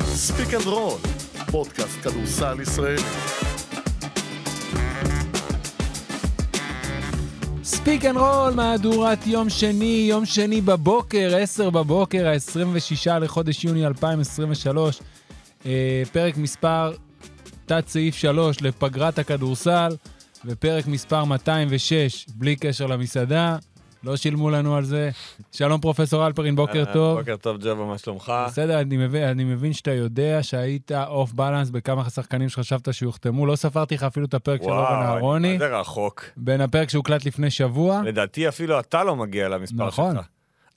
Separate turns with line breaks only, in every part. ספיק אנד רול, פודקאסט כדורסל ישראלי.
ספיק אנד רול, מהדורת יום שני, יום שני בבוקר, 10 בבוקר, ה-26 לחודש יוני 2023, אה, פרק מספר, תת סעיף 3 לפגרת הכדורסל, ופרק מספר 206, בלי קשר למסעדה, לא שילמו לנו על זה. שלום פרופסור אלפרין, בוקר
אה,
טוב.
בוקר טוב, ג'ובה, מה שלומך?
בסדר, אני מבין, אני מבין שאתה יודע שהיית אוף בלנס בכמה שחקנים שחשבת שיוחתמו, לא ספרתי לך אפילו את הפרק של אורן
וואו,
אהרוני,
אני- זה רחוק.
בין הפרק שהוקלט לפני שבוע.
לדעתי אפילו אתה לא מגיע למספר
נכון.
שלך.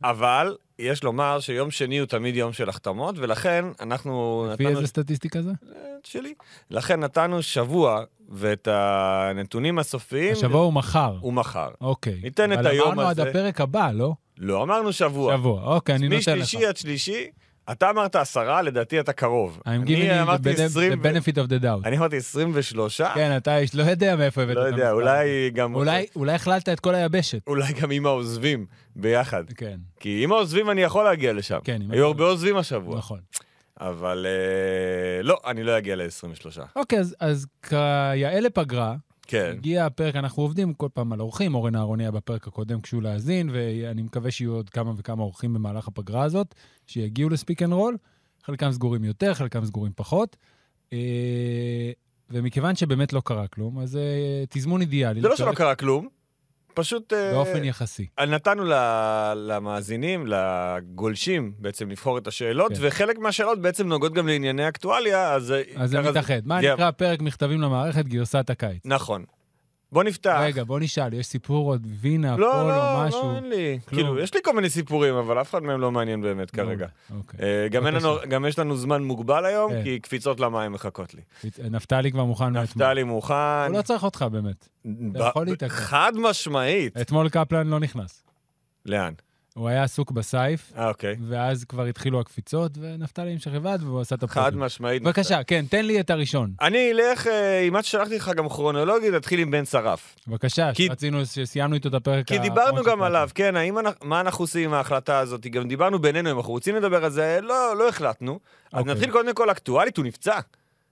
אבל יש לומר שיום שני הוא תמיד יום של החתמות, ולכן אנחנו
לפי
נתנו...
איזה סטטיסטיקה זה?
שלי. לכן נתנו שבוע, ואת הנתונים הסופיים...
השבוע הוא מחר.
הוא מחר.
אוקיי.
ניתן את היום
אבל אמרנו עד
הזה.
הפרק הבא, לא?
לא, אמרנו שבוע.
שבוע. אוקיי, אני נותן לך.
משלישי עד שלישי, אתה אמרת עשרה, לדעתי אתה קרוב.
I'm
אני
giving you
אמרתי
the
עשרים...
bene-
ו-
the benefit of the doubt.
אני אמרתי עשרים ושלושה.
כן, אתה איש, לא יודע מאיפה הבאת את
לא יודע,
המספר.
אולי גם...
אולי- אולי החלטת את כל היבשת.
אולי גם עם העוזבים ביחד.
כן,
כי עם העוזבים אני יכול להגיע לשם.
כן, עם
היו
העוזבים.
הרבה עוזבים השבוע.
נכון.
אבל אה, לא, אני לא אגיע ל-23.
אוקיי, אז- אז כיאה לפגרה,
כן.
הגיע הפרק, אנחנו עובדים כל פעם על אורחים, אורן אהרוני היה בפרק הקודם כשהוא להאזין, ואני מקווה שיהיו עוד כמה וכמה אורחים במהלך הפגרה הזאת, שיגיעו לספיק אנד רול, חלקם סגורים יותר, חלקם סגורים פחות. אה, ומכיוון שבאמת לא קרה כלום, אז אה, תזמון אידיאלי.
זה לא
לפרק
שלא קרה כלום, פשוט... אה,
באופן יחסי.
נתנו ל- למאזינים, לגולשים, בעצם לבחור את השאלות,
כן.
וחלק מהשאלות בעצם נוגעות גם לענייני אקטואליה, אז... אה,
אז זה
ככה
מתאחד. מה
זה-
נקרא פרק מכתבים למערכת גרסת הקיץ?
נכון. בוא נפתח.
רגע, בוא נשאל, יש סיפור עוד וינה,
לא,
פולו,
לא,
משהו?
לא, אין לי.
כלום.
כאילו, יש לי כל מיני סיפורים, אבל אף אחד מהם לא מעניין באמת כרגע.
אוקיי.
אה, גם, אין לנו,
בבקשה.
גם יש לנו זמן מוגבל היום,
כן.
כי קפיצות למים מחכות לי.
נפתלי כבר מוכן מאתמול.
נפתלי מוכן.
הוא לא צריך אותך באמת.
ב-
אתה יכול
ב-
להתעכב.
חד משמעית.
אתמול קפלן לא נכנס.
לאן?
הוא היה עסוק בסייף,
אה, אוקיי.
ואז כבר התחילו הקפיצות, ונפתלי המשך לבד, והוא עשה את
חד
הפרוטוקול.
משמעית. נפתלי.
בבקשה, כן, תן לי את הראשון.
אני אלך אה, עם מה ששלחתי לך גם כרונולוגית, נתחיל עם בן שרף.
בבקשה,
כי-
שרצינו, שסיימנו איתו את הפרק
כי
האחרון.
דיברנו
של
גם
פרק.
עליו, כן, האם אנ- מה אנחנו עושים עם ההחלטה הזאת? גם דיברנו בינינו אם אנחנו רוצים לדבר על זה, לא לא החלטנו. אז
אוקיי.
נתחיל קודם כל אקטואלית, הוא נפצע.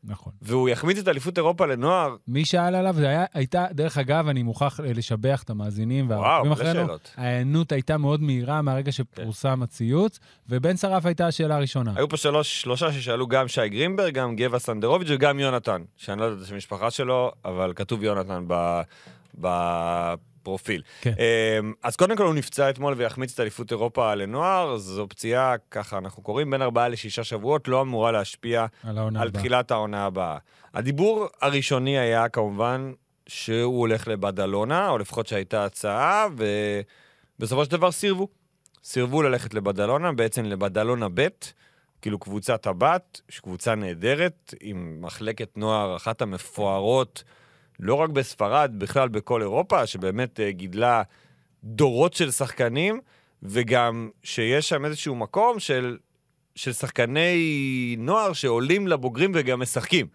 נכון.
והוא יחמיץ את אליפות אירופה לנוער.
מי שאל עליו, זה היה, הייתה, דרך אגב, אני מוכרח אה, לשבח את המאזינים והעוקבים
וואו, זה
אחרינו.
שאלות. כן.
ההיענות הייתה מאוד מהירה מהרגע שפורסם הציוץ, ובן שרף הייתה השאלה הראשונה.
היו פה שלוש, שלושה ששאלו גם שי גרינברג, גם גבע סנדרוביץ' וגם יונתן, שאני לא יודע את המשפחה שלו, אבל כתוב יונתן ב, בפרופיל.
כן.
אמ, אז קודם כל הוא נפצע אתמול ויחמיץ את אליפות אירופה לנוער, זו פציעה, ככה אנחנו קוראים, בין ארבעה לשישה שבועות, לא אמורה להשפיע
על העונה
על
הבאה.
תחילת העונה הבאה. הדיבור הראשוני היה כמובן שהוא הולך לבדלונה, או לפחות שהייתה הצעה, ובסופו של דבר סירבו. סירבו ללכת לבדלונה, בעצם לבדלונה ב', כאילו קבוצת הבת, שקבוצה נהדרת, עם מחלקת נוער, אחת המפוארות, לא רק בספרד, בכלל בכל אירופה, שבאמת אה, גידלה דורות של שחקנים, וגם שיש שם איזשהו מקום של של שחקני נוער שעולים לבוגרים וגם משחקים.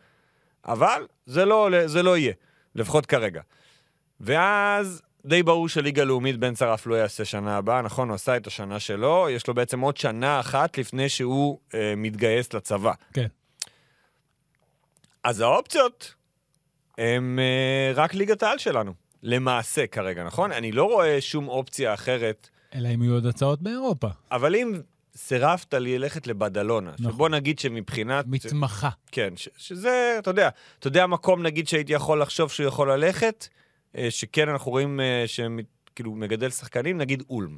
אבל זה לא, זה לא יהיה, לפחות כרגע. ואז די ברור שליגה לאומית בן שרף לא יעשה שנה הבאה, נכון? הוא עשה את השנה שלו, יש לו בעצם עוד שנה אחת לפני שהוא אה, מתגייס לצבא.
כן.
אז האופציות הן אה, רק ליגת העל שלנו, למעשה כרגע, נכון? אני לא רואה שום אופציה אחרת
אלא אם יהיו עוד הצעות באירופה.
אבל אם סירבת ללכת לבדלונה,
נכון.
נכון. שבוא נגיד שמבחינת...
מתמחה.
כן, ש, שזה, אתה יודע, אתה יודע מקום נגיד שהייתי יכול לחשוב שהוא יכול ללכת, אה, שכן אנחנו רואים אה, שהם כאילו מגדל שחקנים, נגיד אולם.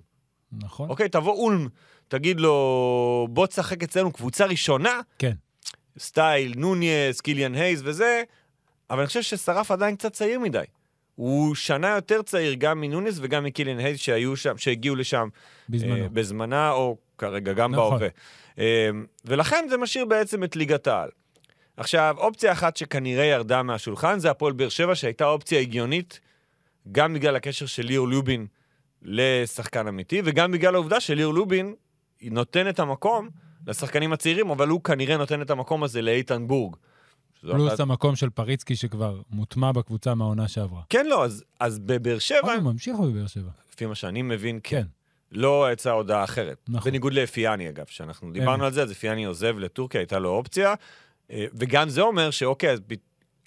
נכון?
אוקיי, תבוא אולם, תגיד לו, בוא תשחק אצלנו קבוצה ראשונה,
כן.
סטייל, נוניס, קיליאן הייז וזה, אבל אני חושב ששרף עדיין קצת צעיר מדי. הוא שנה יותר צעיר גם מנוניס וגם מקיליאן הייז שהיו שם, שהגיעו לשם
בזמנו.
אה, בזמנה, או כרגע, גם
נכון.
נכון. בהווה. אה, ולכן זה משאיר בעצם את ליגת העל. עכשיו, אופציה אחת שכנראה ירדה מהשולחן זה הפועל באר שבע, שהייתה אופציה הגיונית, גם בגלל הקשר של ליאור לובין לשחקן אמיתי, וגם בגלל העובדה שליאור לובין נותן את המקום לשחקנים הצעירים, אבל הוא כנראה נותן את המקום הזה לאיתן בורג. שזו
פלוס
אחת-
המקום של פריצקי שכבר מוטמע בקבוצה מהעונה שעברה.
כן, לא, אז, אז בבאר
אבל
שבע,
הוא ממשיך בבאר שבע.
לפי מה שאני מבין, כן.
כן.
לא יצאה הודעה אחרת.
נכון.
בניגוד לאפיאני, אגב, שאנחנו
אמת.
דיברנו על זה, אז אפיאני עוזב לטורקיה, הייתה לו אופציה, אה, וגם זה אומר שאוקיי, אז, ב-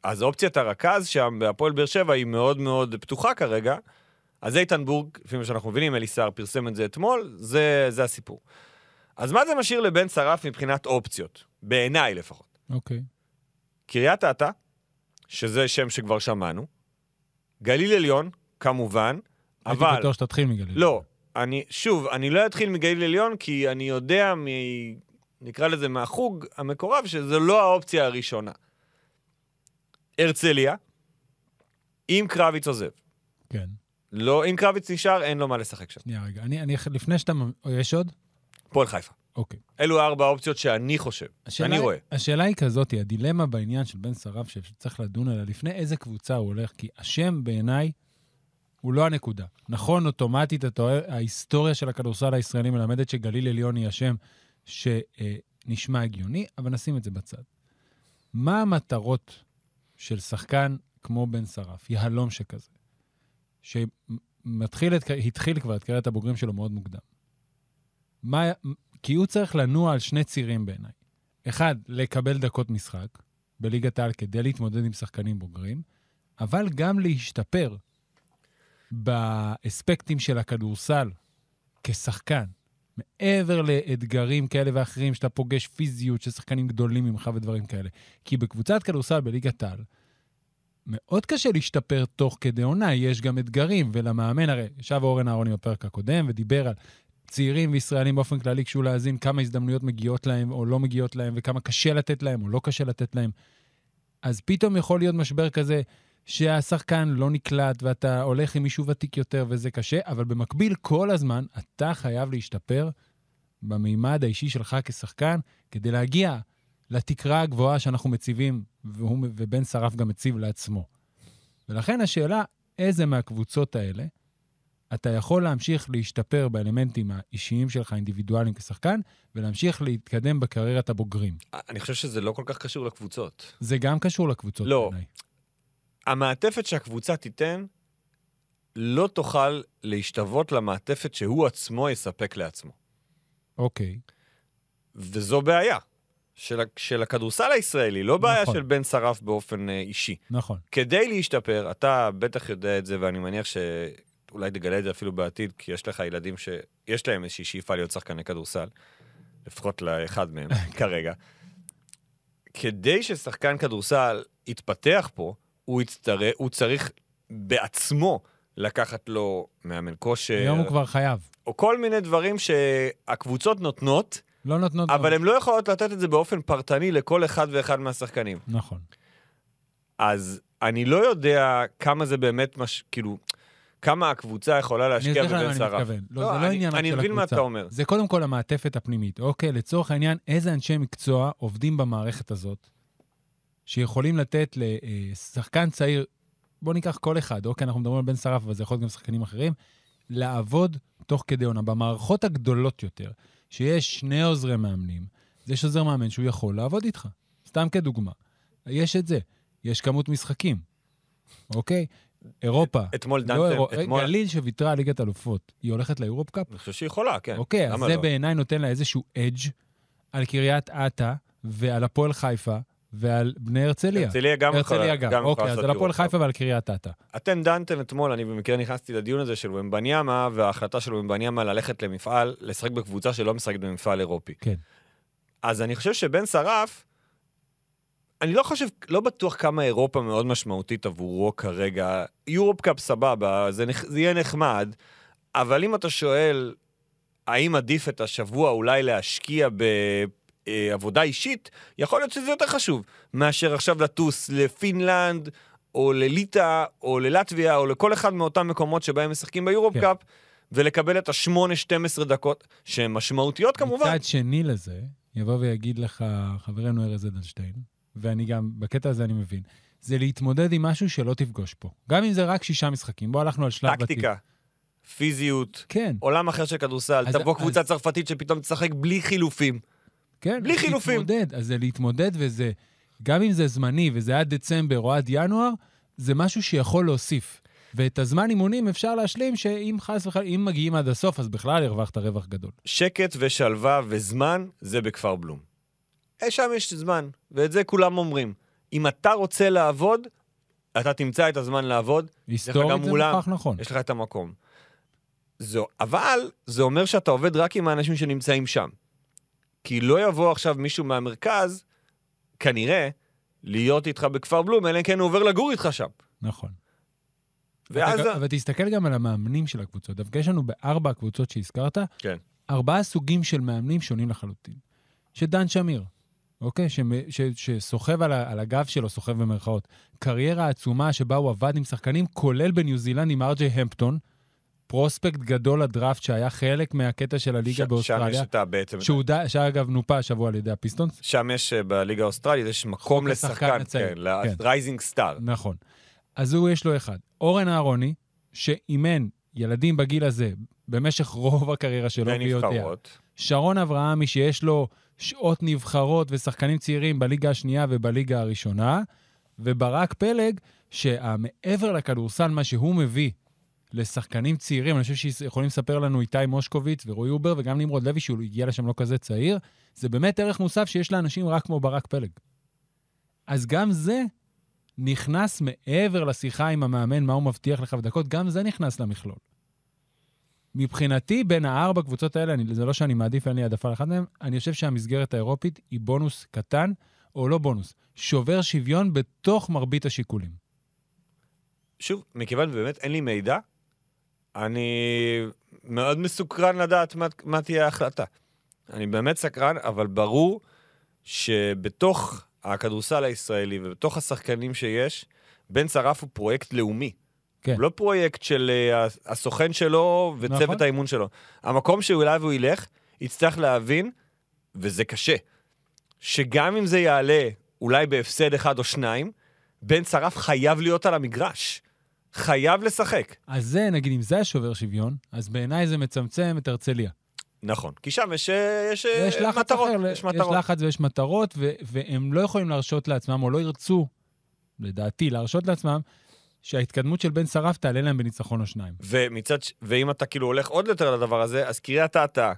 אז אופציית הרכז שם בהפועל באר שבע היא מאוד מאוד פתוחה כרגע, אז איתן בורג, לפי מה שאנחנו מבינים, אליסר פרסם את זה אתמול, זה, זה הסיפור. אז מה זה משאיר לבן שרף מבחינת אופציות? בעיניי לפחות.
אוקיי.
קריית אתא, שזה שם שכבר שמענו, גליל עליון, כמובן,
הייתי
אבל...
בטוח שתתחיל מגליל.
לא, אני, שוב, אני לא אתחיל מגליל עליון, כי אני יודע מ... נקרא לזה מהחוג המקורב, שזו לא האופציה הראשונה. הרצליה, אם קרביץ עוזב.
כן.
לא, אם קרביץ נשאר, אין לו מה לשחק שם.
שנייה, רגע. אני, אני, לפני שאתה... ממ- או, יש עוד?
פועל חיפה.
אוקיי.
אלו ארבע האופציות שאני חושב, שאני רואה.
השאלה היא כזאת, היא הדילמה בעניין של בן שרף שצריך לדון עליה, לפני איזה קבוצה הוא הולך, כי השם בעיניי הוא לא הנקודה. נכון, אוטומטית, אתה רואה, ההיסטוריה של הכדורסל הישראלי מלמדת שגליל עליון היא השם שנשמע הגיוני, אבל נשים את זה בצד. מה המטרות של שחקן כמו בן שרף, יהלום שכזה, שמתחיל, את, התחיל כבר את קריית הבוגרים שלו מאוד מוקדם? מה, כי הוא צריך לנוע על שני צירים בעיניי. אחד, לקבל דקות משחק בליגת העל כדי להתמודד עם שחקנים בוגרים, אבל גם להשתפר באספקטים של הכדורסל כשחקן, מעבר לאתגרים כאלה ואחרים, שאתה פוגש פיזיות של שחקנים גדולים ממך ודברים כאלה. כי בקבוצת כדורסל בליגת העל, מאוד קשה להשתפר תוך כדי עונה, יש גם אתגרים, ולמאמן, הרי ישב אורן אהרוני בפרק הקודם ודיבר על צעירים וישראלים באופן כללי, כשהוא להאזין כמה הזדמנויות מגיעות להם או לא מגיעות להם, וכמה קשה לתת להם או לא קשה לתת להם. אז פתאום יכול להיות משבר כזה שהשחקן לא נקלט ואתה הולך עם מישהו ותיק יותר וזה קשה, אבל במקביל כל הזמן אתה חייב להשתפר במימד האישי שלך כשחקן כדי להגיע לתקרה הגבוהה שאנחנו מציבים, והוא, ובן שרף גם מציב לעצמו. ולכן השאלה, איזה מהקבוצות האלה אתה יכול להמשיך להשתפר באלמנטים האישיים שלך, האינדיבידואליים כשחקן, ולהמשיך להתקדם בקריירת הבוגרים.
אני חושב שזה לא כל כך קשור לקבוצות.
זה גם קשור לקבוצות
לא.
בעיניי.
המעטפת שהקבוצה תיתן לא תוכל להשתוות למעטפת שהוא עצמו יספק לעצמו.
אוקיי.
וזו בעיה של, ה- של הכדורסל הישראלי, לא בעיה
נכון.
של בן שרף באופן אה, אישי.
נכון.
כדי להשתפר, אתה בטח יודע את זה, ואני מניח שאולי תגלה את זה אפילו בעתיד, כי יש לך ילדים שיש להם איזושהי שאיפה להיות שחקני כדורסל, לפחות לאחד מהם כרגע. כדי ששחקן כדורסל יתפתח פה, הוא, יצטר... הוא צריך בעצמו לקחת לו מאמן כושר,
היום הוא כבר חייב.
או כל מיני דברים שהקבוצות נותנות,
לא נותנות...
אבל הן לא יכולות לתת את זה באופן פרטני לכל אחד ואחד מהשחקנים.
נכון.
אז אני לא יודע כמה זה באמת, מש... כאילו, כמה הקבוצה יכולה
אני
להשקיע
אסביר לך למה
בבן
אני
שרף.
מתכוון. לא, זה לא
אני-
עניין רק של הקבוצה.
אני מבין מה אתה אומר.
זה קודם כל המעטפת הפנימית. אוקיי, לצורך העניין, איזה אנשי מקצוע עובדים במערכת הזאת, שיכולים לתת לשחקן צעיר, בוא ניקח כל אחד, אוקיי, אנחנו מדברים על בן שרף, אבל זה יכול להיות גם שחקנים אחרים, לעבוד תוך כדי עונה. במערכות הגדולות יותר, שיש שני עוזרי מאמנים, אז יש עוזר מאמן שהוא יכול לעבוד איתך. סתם כדוגמה. יש את זה. יש כמות משחקים, אוקיי? אירופה.
אתמול
לא
דנתם,
אירו...
אתמול...
גליל שוויתרה על ליגת אלופות, היא הולכת ליורופ קאפ?
אני חושב שהיא יכולה, כן.
אוקיי, אז
למה
זה
לא?
בעיניי נותן לה איזשהו אדג' על קריית אתא ועל הפועל חיפה ועל בני הרצליה.
הרצליה גם יכולה
הרצליה גם,
יכולה
אוקיי, אז
לעשות
על הפועל
יורו-קאפ.
חיפה ועל קריית אתא.
אתם דנתם אתמול, אני במקרה נכנסתי לדיון הזה של ומבניאמה, וההחלטה של ומבניאמה ללכת למפעל, לשחק בקבוצה שלא משחקת במפעל אירופי.
כן.
אז אני חושב שבן שרף, אני לא חושב, לא בטוח כמה אירופה מאוד משמעותית עבורו כרגע. יורופ קאפ סבבה, זה, נכ- זה יהיה נחמד, אבל אם אתה שואל האם עדיף את השבוע אולי להשקיע בעבודה אישית, יכול להיות שזה יותר חשוב מאשר עכשיו לטוס לפינלנד, או לליטא, או ללטביה, או לכל אחד מאותם מקומות שבהם משחקים ביורופ
כן.
קאפ, ולקבל את ה-8-12 דקות, שהן משמעותיות כמובן.
מצד שני לזה, יבוא ויגיד לך חברנו ארז אדלשטיין, ואני גם, בקטע הזה אני מבין, זה להתמודד עם משהו שלא תפגוש פה. גם אם זה רק שישה משחקים, בוא הלכנו על שלב בתים.
טקטיקה, פיזיות,
כן,
עולם אחר של כדורסל,
אז-
תבוא
אז-
קבוצה צרפתית שפתאום תשחק בלי חילופים.
כן.
בלי חילופים.
להתמודד, אז זה להתמודד וזה, גם אם זה זמני וזה עד דצמבר או עד ינואר, זה משהו שיכול להוסיף. ואת הזמן אימונים אפשר להשלים שאם חס וחלילה, אם מגיעים עד הסוף, אז בכלל הרווחת רווח גדול.
שקט ושלווה וזמן, זה בכפר בלום. אה, שם יש זמן, ואת זה כולם אומרים. אם אתה רוצה לעבוד, אתה תמצא את הזמן לעבוד,
היסטורית
גם
זה
מולם.
מוכח נכון.
יש לך את המקום. זו, אבל זה אומר שאתה עובד רק עם האנשים שנמצאים שם. כי לא יבוא עכשיו מישהו מהמרכז, כנראה, להיות איתך בכפר בלום, אלא אם כן הוא עובר לגור איתך שם.
נכון.
ואז...
אתה- אבל תסתכל גם על המאמנים של הקבוצות. דווקא יש לנו בארבע הקבוצות שהזכרת,
כן.
ארבעה סוגים של מאמנים שונים לחלוטין. שדן שמיר, אוקיי? שמ- ש- שסוחב על ה- על הגב שלו, סוחב במרכאות, קריירה עצומה שבה הוא עבד עם שחקנים, כולל בניו זילנד עם ארג'יי המפטון, פרוספקט גדול לדראפט שהיה חלק מהקטע של הליגה
ש- שם
באוסטרליה,
יש אתה בעצם...
שהוא ד- שאגב נופה השבוע על ידי הפיסטונס.
שם יש, אה, בליגה האוסטרלית, יש מקום
לשחקן
לשחקן,
הצעיר,
כן,
כן.
ל-rising star.
נכון. אז הוא יש לו אחד. אורן אהרוני, שאימן ילדים בגיל הזה במשך רוב הקריירה שלו, ויודע.
ונבחרות.
שרון אברהמי, שיש לו שעות נבחרות ושחקנים צעירים בליגה השנייה ובליגה הראשונה, וברק פלג, שמעבר לכדורסל, מה שהוא מביא לשחקנים צעירים, אני חושב שיכולים לספר לנו איתי מושקוביץ ורועי אובר וגם נמרוד לוי, שהוא הגיע לשם לא כזה צעיר, זה באמת ערך מוסף שיש לאנשים רק כמו ברק פלג. אז גם זה נכנס מעבר לשיחה עם המאמן, מה הוא מבטיח לך בדקות, גם זה נכנס למכלול. מבחינתי, בין הארבע קבוצות האלה, אני, זה לא שאני מעדיף, אין לי העדפה לאחת מהן, אני חושב שהמסגרת האירופית היא בונוס קטן, או לא בונוס, שובר שוויון בתוך מרבית השיקולים.
שוב, מכיוון ובאמת אין לי מידע, אני מאוד מסוקרן לדעת מה, מה תהיה ההחלטה. אני באמת סקרן, אבל ברור שבתוך הכדורסל הישראלי ובתוך השחקנים שיש, בן שרף הוא פרויקט לאומי.
כן.
הוא לא פרויקט של אה, הסוכן שלו וצוות
נכון.
נכון. האימון שלו. המקום שאולי הוא ילך, יצטרך להבין, וזה קשה, שגם אם זה יעלה אולי בהפסד אחד או שניים, בן שרף חייב להיות על המגרש. חייב לשחק.
אז זה, נגיד, אם זה השובר שוויון, אז בעיניי זה מצמצם את הרצליה.
נכון. כי שם יש, אה, יש, אה,
יש לחץ
מטרות.
אחר,
יש מטרות.
יש לחץ ויש מטרות, ו- והם לא יכולים להרשות לעצמם, או לא ירצו, לדעתי, להרשות לעצמם, שההתקדמות של בן שרף תעלה להם בניצחון או שניים.
ומצד, ש- ואם אתה כאילו הולך עוד יותר לדבר הזה, אז קריית אתא,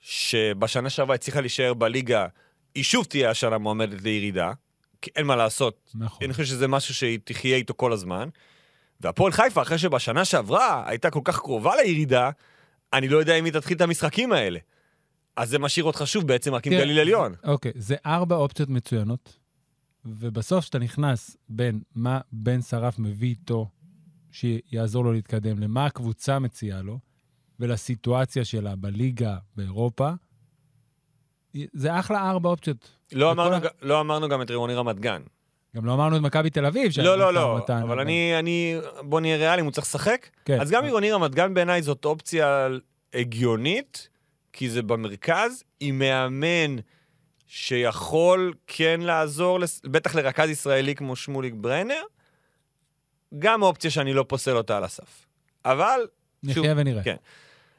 שבשנה שעברה הצליחה להישאר בליגה, היא שוב תהיה השנה מועמדת לירידה, כי אין מה לעשות.
נכון.
אני חושב שזה משהו שהיא תחיה איתו כל הזמן. והפועל חיפה, אחרי שבשנה שעברה הייתה כל כך קרובה לירידה, אני לא יודע אם היא תתחיל את המשחקים האלה. אז זה משאיר אותך שוב בעצם רק עם
תראה,
גליל עליון.
אוקיי, זה ארבע אופציות מצוינות, ובסוף כשאתה נכנס בין מה בן שרף מביא איתו שיעזור לו להתקדם, למה הקבוצה מציעה לו, ולסיטואציה שלה בליגה באירופה, זה אחלה ארבע אופציות.
לא
וכל
אמרנו,
ה-
ג- לא אמרנו גם את עירוני רמת גן.
גם לא אמרנו את מכבי תל אביב, שהיה
לא, לא,
משא
לא,
ומתן, אוקיי.
אבל אני, אני, בוא נהיה ריאליים, הוא צריך לשחק.
כן.
אז גם עירוני רמת גן בעיניי זאת אופציה הגיונית, כי זה במרכז, עם מאמן שיכול כן לעזור, לס- בטח לרכז ישראלי כמו שמוליק ברנר, גם אופציה שאני לא פוסל אותה על הסף. אבל
נחיה ונראה.
כן.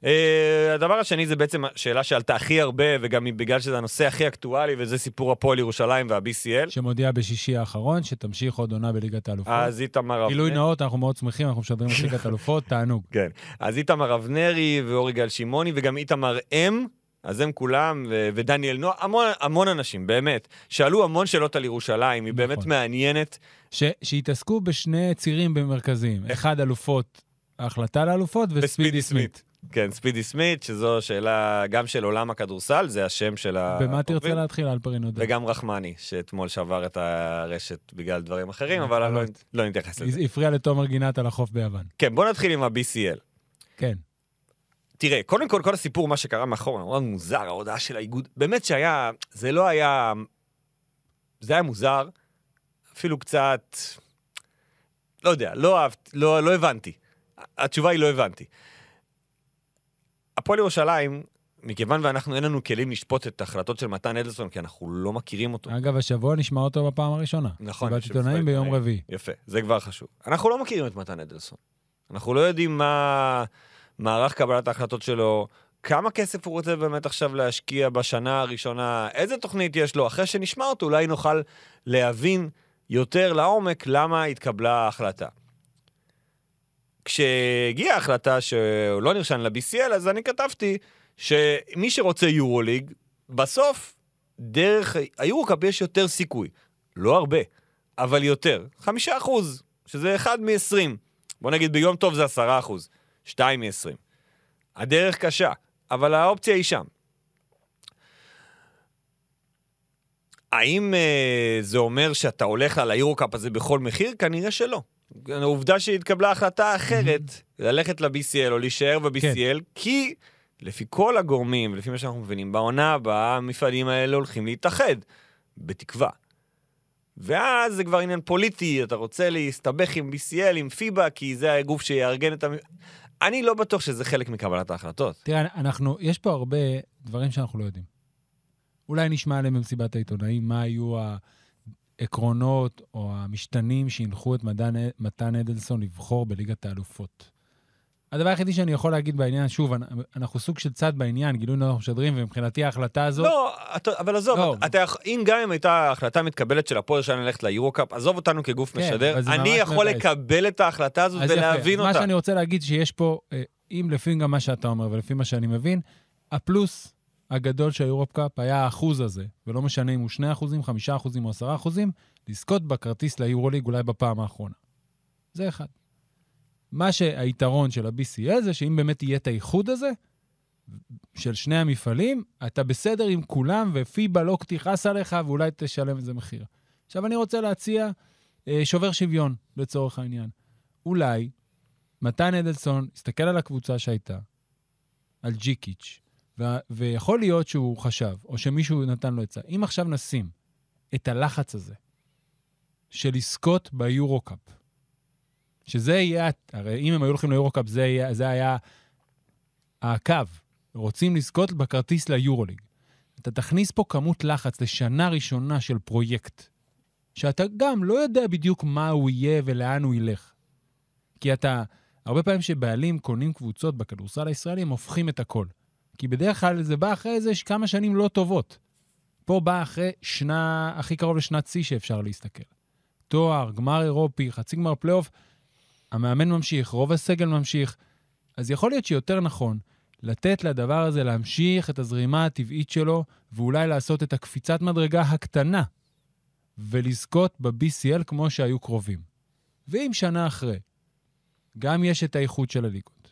אה, הדבר השני זה בעצם השאלה שעלתה הכי הרבה, וגם בגלל שזה הנושא הכי אקטואלי, וזה סיפור הפועל ירושלים וה-BCL,
שמודיע בשישי האחרון שתמשיך עוד עונה בליגת האלופות.
אז איתמר...
נכון. גילוי
אבנר-
נאות, אנחנו מאוד שמחים, אנחנו משדרים את ליגת האלופות, תענוג.
כן. אז איתמר אבנרי ואורי גל שמעוני וגם איתמר אם, אז הם כולם, ו- ודניאל נוע, המון, המון אנשים, באמת, שאלו המון שאלות על ירושלים, היא באמת
נכון.
מעניינת.
ש- שהתעסקו בשני צירים במרכזיים. אחד, אלופות, ההחלטה לאלופות, וספידי
וספידי
סמית.
סמית. כן, ספידי סמית, שזו שאלה גם של עולם הכדורסל, זה השם של ה...
במה תרצה
הטובים,
להתחיל, אלפרין עודה?
וגם רחמני, שאתמול שבר את הרשת בגלל דברים
אה,
אחרים, אבל אני לא, לא נתייחס לזה.
היא הפריעה לתומר גינת על החוף ביוון.
כן, בוא נתחיל עם ה-BCL.
כן.
תראה, קודם כל, כל הסיפור, מה שקרה מאחור, היה מאוד מוזר, ההודעה של האיגוד, באמת שהיה, זה לא היה, זה היה מוזר, אפילו קצת, לא יודע, לא אהבתי, לא, לא הבנתי. התשובה היא לא הבנתי. הפועל ירושלים, מכיוון ואנחנו, אין לנו כלים לשפוט את ההחלטות של מתן אדלסון, כי אנחנו לא מכירים אותו.
אגב, השבוע נשמע אותו בפעם הראשונה.
נכון,
סיבת
של
עיתונאים
מסיבת
ביום
עיתונאים.
רביעי.
יפה, זה כבר חשוב. אנחנו לא מכירים את מתן אדלסון. אנחנו לא יודעים מה מערך קבלת ההחלטות שלו, כמה כסף הוא רוצה באמת עכשיו להשקיע בשנה הראשונה, איזה תוכנית יש לו. אחרי שנשמע אותו, אולי נוכל להבין יותר לעומק למה התקבלה ההחלטה. כשהגיעה ההחלטה שהוא לא נרשם ל-BCL, אז אני כתבתי שמי שרוצה יורוליג, בסוף, דרך היורוקאפ יש יותר סיכוי. לא הרבה, אבל יותר. חמישה אחוז, שזה אחד מ-20. בוא נגיד ביום טוב זה עשרה אחוז, שתיים מ-20. הדרך קשה, אבל האופציה היא שם. האם אה, זה אומר שאתה הולך על היורוקאפ הזה בכל מחיר? כנראה שלא. העובדה שהתקבלה החלטה אחרת, ללכת ל-BCL או להישאר ב-BCL, כי לפי כל הגורמים, לפי מה שאנחנו מבינים, בעונה הבאה המפעלים האלה הולכים להתאחד, בתקווה. ואז זה כבר עניין פוליטי, אתה רוצה להסתבך עם BCL, עם פיבה, כי זה הגוף שיארגן את המ... אני לא בטוח שזה חלק מקבלת ההחלטות.
תראה, אנחנו, יש פה הרבה דברים שאנחנו לא יודעים. אולי נשמע עליהם במסיבת העיתונאים, מה היו העקרונות או המשתנים שהנחו את מדן, מתן אדלסון לבחור בליגת האלופות. הדבר היחידי שאני יכול להגיד בעניין, שוב, אנ- אנחנו סוג של צד בעניין, גילוי נאות אנחנו משדרים, ומבחינתי ההחלטה הזאת...
לא, אתה- אבל עזוב,
לא.
אתה- אתה יכול- אם גם אם הייתה החלטה מתקבלת של הפועל שלנו ללכת ליורו-קאפ, עזוב אותנו כגוף
כן,
משדר,
אבל זה
אני
ממש
יכול
מבאס.
לקבל את ההחלטה הזאת
אז יפה.
ולהבין
מה
אותה.
שאני רוצה להגיד שיש פה, אה, אם לפי גם מה שאתה אומר ולפי מה שאני מבין, הפלוס הגדול של האירופ קאפ היה האחוז הזה, ולא משנה אם הוא 2 אחוזים, 5 אחוזים או 10 אחוזים, לזכות בכרטיס ליורוליג אולי בפעם האחרונה. זה אחד. מה שהיתרון של ה-BCL זה שאם באמת יהיה את האיחוד הזה, של שני המפעלים, אתה בסדר עם כולם, ופיבה לא תכעס עליך, ואולי תשלם איזה מחיר. עכשיו אני רוצה להציע אה, שובר שוויון, לצורך העניין. אולי מתן אדלסון הסתכל על הקבוצה שהייתה, על ג'יקיץ', ו- ויכול להיות שהוא חשב, או שמישהו נתן לו עצה, אם עכשיו נשים את הלחץ הזה של לזכות ביורו-קאפ, שזה יהיה, הרי אם הם היו הולכים ליורו-קאפ, זה, יהיה- זה היה הקו. רוצים לזכות בכרטיס ליורוליג. אתה תכניס פה כמות לחץ לשנה ראשונה של פרויקט, שאתה גם לא יודע בדיוק מה הוא יהיה ולאן הוא ילך. כי אתה, הרבה פעמים שבעלים קונים קבוצות בכדורסל הישראלי, הם הופכים את הכל. כי בדרך כלל זה בא אחרי איזה ש- כמה שנים לא טובות. פה בא אחרי שנה, הכי קרוב לשנת שיא שאפשר להסתכל. תואר, גמר אירופי, חצי גמר פלייאוף, המאמן ממשיך, רוב הסגל ממשיך. אז יכול להיות שיותר נכון לתת לדבר הזה להמשיך את הזרימה הטבעית שלו, ואולי לעשות את הקפיצת מדרגה הקטנה, ולזכות ב-BCL כמו שהיו קרובים. ואם שנה אחרי, גם יש את האיכות של הליגות,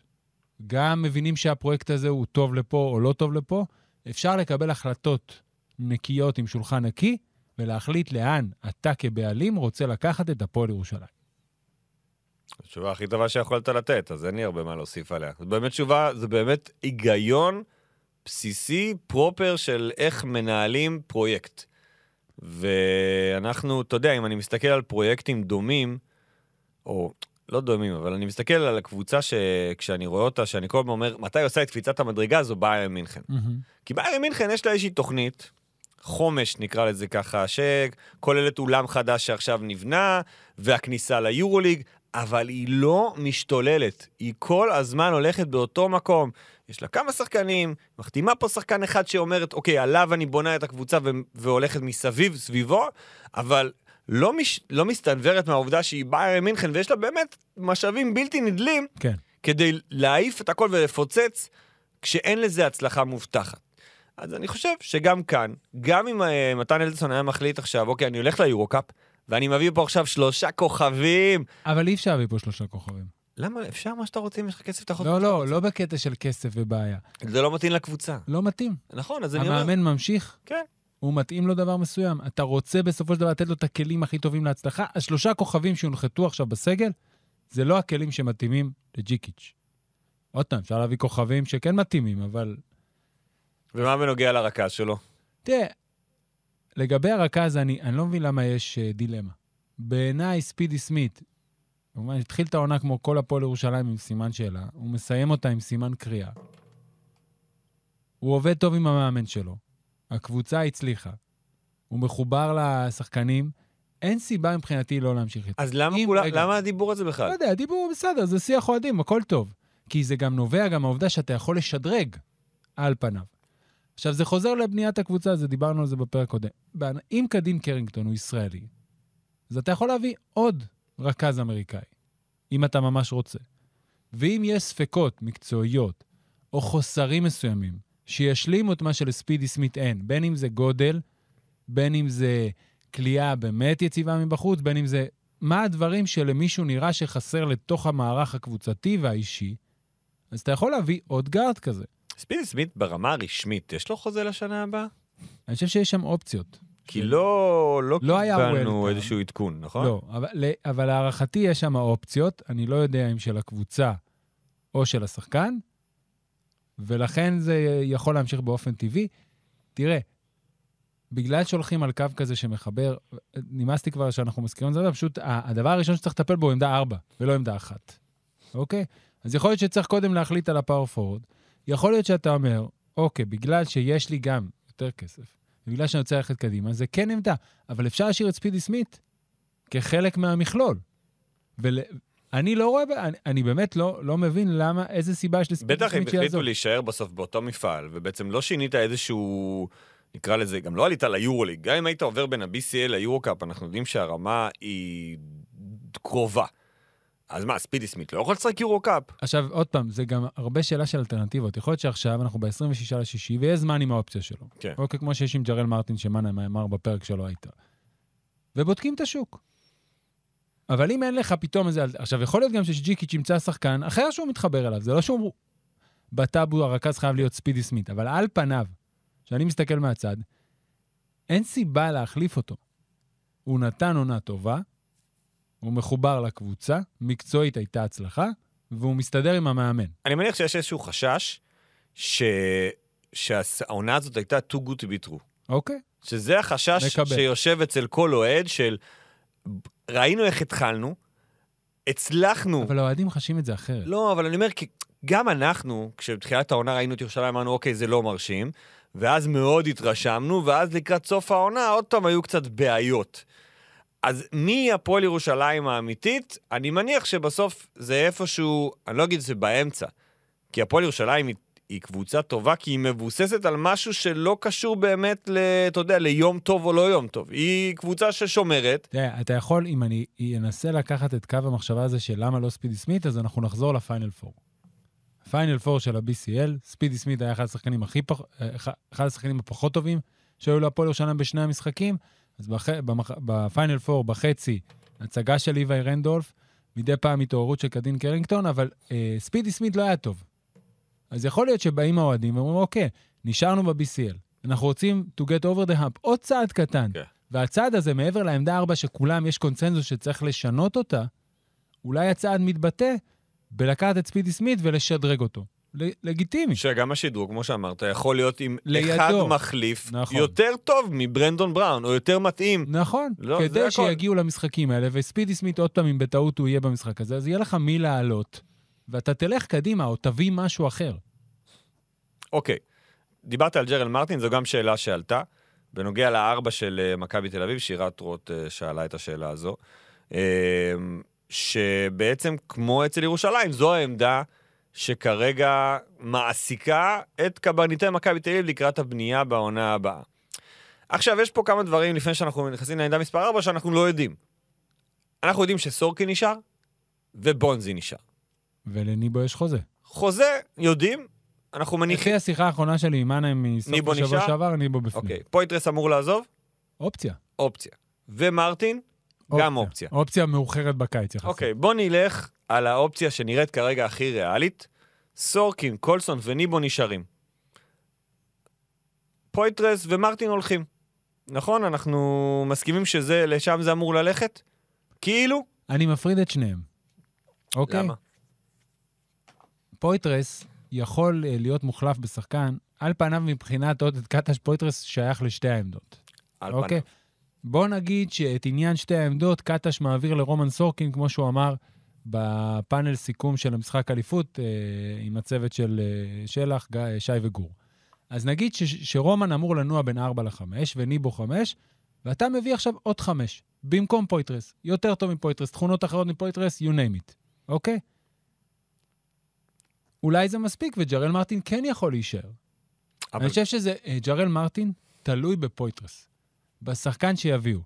גם מבינים שהפרויקט הזה הוא טוב לפה או לא טוב לפה, אפשר לקבל החלטות נקיות עם שולחן נקי, ולהחליט לאן אתה כבעלים רוצה לקחת את הפועל ירושלים.
התשובה הכי טובה שיכולת לתת, אז אין לי הרבה מה להוסיף עליה. זו באמת תשובה, זה באמת היגיון בסיסי, פרופר, של איך מנהלים פרויקט. ואנחנו, אתה יודע, אם אני מסתכל על פרויקטים דומים, או לא דומים, אבל אני מסתכל על הקבוצה שכשאני רואה אותה, שאני כל הזמן אומר, מתי היא עושה את קפיצת המדרגה הזו, באה מינכן. כי ביירן מינכן יש לה איזושהי תוכנית, חומש נקרא לזה ככה, שכוללת אולם חדש שעכשיו נבנה, והכניסה ליורוליג, אבל היא לא משתוללת. היא כל הזמן הולכת באותו מקום. יש לה כמה שחקנים, מחתימה פה שחקן אחד שאומרת, אוקיי, עליו אני בונה את הקבוצה ו- והולכת מסביב, סביבו, אבל... לא, מש... לא מסתנוורת מהעובדה שהיא באה מינכן ויש לה באמת משאבים בלתי נדלים
כן.
כדי להעיף את הכל ולפוצץ כשאין לזה הצלחה מובטחת. אז אני חושב שגם כאן, גם אם אה, מתן אלדסון היה מחליט עכשיו, אוקיי, אני הולך ליורוקאפ, ואני מביא פה עכשיו שלושה כוכבים.
אבל אי אפשר להביא פה שלושה כוכבים.
למה? אפשר מה שאתה רוצה אם יש לך כסף, אתה יכול...
לא, לא, לא בקטע של כסף ובעיה.
זה לא מתאים לקבוצה.
לא מתאים.
נכון, אז אני אומר...
המאמן ממשיך,
כן.
הוא מתאים לו דבר מסוים. אתה רוצה בסופו של דבר לתת לו את הכלים הכי טובים להצלחה. השלושה כוכבים שהונחתו עכשיו בסגל, זה לא הכלים שמתאימים לג'יקיץ'. עוד פעם, אפשר להביא כוכבים שכן מתאימים, אבל...
ומה בנוגע לרכז שלו?
תראה, לגבי הרכז, אני, אני לא מבין למה יש אה, דילמה. בעיניי, ספידי סמית, כמובן, התחיל את העונה כמו כל הפועל ירושלים עם סימן שאלה, הוא מסיים אותה עם סימן קריאה. הוא עובד טוב עם המאמן שלו, הקבוצה הצליחה, הוא מחובר לשחקנים, אין סיבה מבחינתי לא להמשיך איתו.
אז למה,
אם-
כולם,
רגע.
למה הדיבור הזה
לא
בכלל?
יודע, דיבור בסדר, זה שיח אוהדים, הכל טוב. כי זה גם נובע גם מהעובדה שאתה יכול לשדרג על פניו. עכשיו, זה חוזר לבניית הקבוצה, זה דיברנו על זה בפרק קודם. בהנ- אם קדין קרינגטון הוא ישראלי, אז אתה יכול להביא עוד רכז אמריקאי, אם אתה ממש רוצה. ואם יש ספקות מקצועיות או חוסרים מסוימים שישלימו את מה שלספידי סמית אין, בין אם זה גודל, בין אם זה כליאה באמת יציבה מבחוץ, בין אם זה... מה הדברים שלמישהו נראה שחסר לתוך המערך הקבוצתי והאישי, אז אתה יכול להביא עוד גארד כזה.
ספידי סמית ברמה הרשמית, יש לו חוזה לשנה הבאה?
אני חושב שיש שם אופציות.
כי לא, לא,
כן. לא היה
קיבלנו
welcome.
איזשהו עדכון, נכון?
לא, אבל, ל- אבל להערכתי יש שם אופציות, אני לא יודע אם של הקבוצה או של השחקן, ולכן זה יכול להמשיך באופן טבעי. תראה, בגלל שהולכים על קו כזה שמחבר, נמאסתי כבר שאנחנו מזכירים את זה, אבל פשוט ה- הדבר הראשון שצריך לטפל בו הוא עמדה 4, ולא עמדה 1, אוקיי? אז יכול להיות שצריך קודם להחליט על הפאור פורד. יכול להיות שאתה אומר, אוקיי, בגלל שיש לי גם יותר כסף, ובגלל שאני רוצה ללכת קדימה, זה כן עמדה, אבל אפשר להשאיר את ספידי סמית כחלק מהמכלול. ואני לא רואה, אני, אני באמת לא, לא מבין למה, איזה סיבה יש לספידי
בטח אם
סמית
החליטו
שיעזוב.
להישאר בסוף באותו מפעל, ובעצם לא שינית איזשהו, נקרא לזה, גם לא עלית ליורוליג. גם אם היית עובר בין ה-BCL ליורוקאפ, אנחנו יודעים שהרמה היא קרובה. אז מה, ספידי סמית לא יכול לשחק יורוקאפ?
עכשיו, עוד פעם, זה גם הרבה שאלה של אלטרנטיבות. יכול להיות שעכשיו אנחנו ב-26 לשישי, ויש זמן עם האופציה שלו.
כן.
אוקיי, כמו שיש עם ג'רל מרטין, שמאנה אמר בפרק שלו הייתה. ובודקים את השוק. אבל אם אין לך פתאום איזה... אל- עכשיו, יכול להיות גם שג'יקיץ' ימצא שחקן אחר שהוא מתחבר אליו, זה לא שהוא... בטאבו הרכז חייב להיות ספידי סמית, אבל על פניו, כשאני מסתכל מהצד, אין סיבה להחליף אותו. הוא נתן עונה טובה, הוא מחובר לקבוצה, מקצועית הייתה הצלחה, והוא מסתדר עם המאמן.
אני מניח שיש איזשהו חשש ש... שהעונה הזאת הייתה too good to be true.
אוקיי?
שזה החשש
מקבל.
שיושב אצל כל אוהד של ראינו איך התחלנו, הצלחנו.
אבל האוהדים חשים את זה אחרת.
לא, אבל אני אומר, כי גם אנחנו, כשבתחילת העונה ראינו את ירושלים, אמרנו, אוקיי, זה לא מרשים, ואז מאוד התרשמנו, ואז לקראת סוף העונה עוד פעם היו קצת בעיות. אז מי הפועל ירושלים האמיתית? אני מניח שבסוף זה איפשהו, אני לא אגיד שזה באמצע, כי הפועל ירושלים היא, היא קבוצה טובה, כי היא מבוססת על משהו שלא קשור באמת, ל, אתה יודע, ליום טוב או לא יום טוב. היא קבוצה ששומרת,
תראה, אתה יכול, אם אני אנסה לקחת את קו המחשבה הזה של למה לא ספידי סמית, אז אנחנו נחזור לפיינל פור. פיינל פור של ה-BCL, ספידי סמית היה אחד השחקנים הכי פח... אה, אח- אחד השחקנים הפחות טובים שהיו להפועל ירושלים בשני המשחקים. אז בח... במח... בפיינל פור, בחצי, הצגה של ליוואי רנדולף, מדי פעם התעוררות של קדין קרינגטון, אבל אה, ספידי סמית לא היה טוב. אז יכול להיות שבאים האוהדים ואומרים, אוקיי, נשארנו ב-BCL, אנחנו רוצים to get over the hump, עוד צעד קטן.
כן.
והצעד הזה, מעבר לעמדה 4 שכולם, יש קונצנזוס שצריך לשנות אותה, אולי הצעד מתבטא בלקחת את ספידי סמית ולשדרג אותו. ל- לגיטימי.
שגם השדרוג, כמו שאמרת, יכול להיות עם
לידו.
אחד מחליף
נכון.
יותר טוב מברנדון בראון, או יותר מתאים.
נכון,
לא,
לא,
זה
כדי
הכל.
שיגיעו למשחקים האלה, וספידי סמית, עוד פעם, אם בטעות הוא יהיה במשחק הזה, אז יהיה לך מי לעלות, ואתה תלך קדימה או תביא משהו אחר.
אוקיי, דיברת על ג'רל מרטין, זו גם שאלה שעלתה. בנוגע לארבע של אה, מכבי תל אביב, שירת רוט אה, שאלה את השאלה הזו. אה, שבעצם, כמו אצל ירושלים, זו העמדה שכרגע מעסיקה את קברניטי מכבי תל אביב לקראת הבנייה בעונה הבאה. עכשיו, יש פה כמה דברים לפני שאנחנו נכנסים לעמדה מספר 4 שאנחנו לא יודעים. אנחנו יודעים שסורקין נשאר ובונזי נשאר.
ולניבו יש חוזה.
חוזה, יודעים, אנחנו מניחים...
לפי השיחה האחרונה שלי עם מאנה מסוף
ניבו
השבוע
נשאר?
שעבר, ניבו בפנים.
אוקיי, פויטרס אמור לעזוב?
אופציה.
אופציה. ומרטין? גם אופציה.
אופציה מאוחרת בקיץ יחסית.
אוקיי, בוא נלך על האופציה שנראית כרגע הכי ריאלית. סורקין, קולסון וניבו נשארים. פויטרס ומרטין הולכים. נכון? אנחנו מסכימים שזה, לשם זה אמור ללכת? כאילו?
אני מפריד את שניהם. אוקיי?
למה?
פויטרס יכול אה, להיות מוחלף בשחקן, על פניו מבחינת עודד קטש פויטרס שייך לשתי העמדות.
על פניו.
אוקיי? בוא נגיד שאת עניין שתי העמדות קטש מעביר לרומן סורקין, כמו שהוא אמר בפאנל סיכום של המשחק אליפות אה, עם הצוות של אה, שלח, גיא, אה, שי וגור. אז נגיד ש, שרומן אמור לנוע בין 4 ל-5 וניבו 5, ואתה מביא עכשיו עוד 5, במקום פויטרס. יותר טוב מפויטרס, תכונות אחרות מפויטרס, you name it, אוקיי? אולי זה מספיק וג'רל מרטין כן יכול להישאר.
אבל-
אבל... אני חושב שזה, אה, ג'רל מרטין תלוי בפויטרס, בשחקן שיביאו.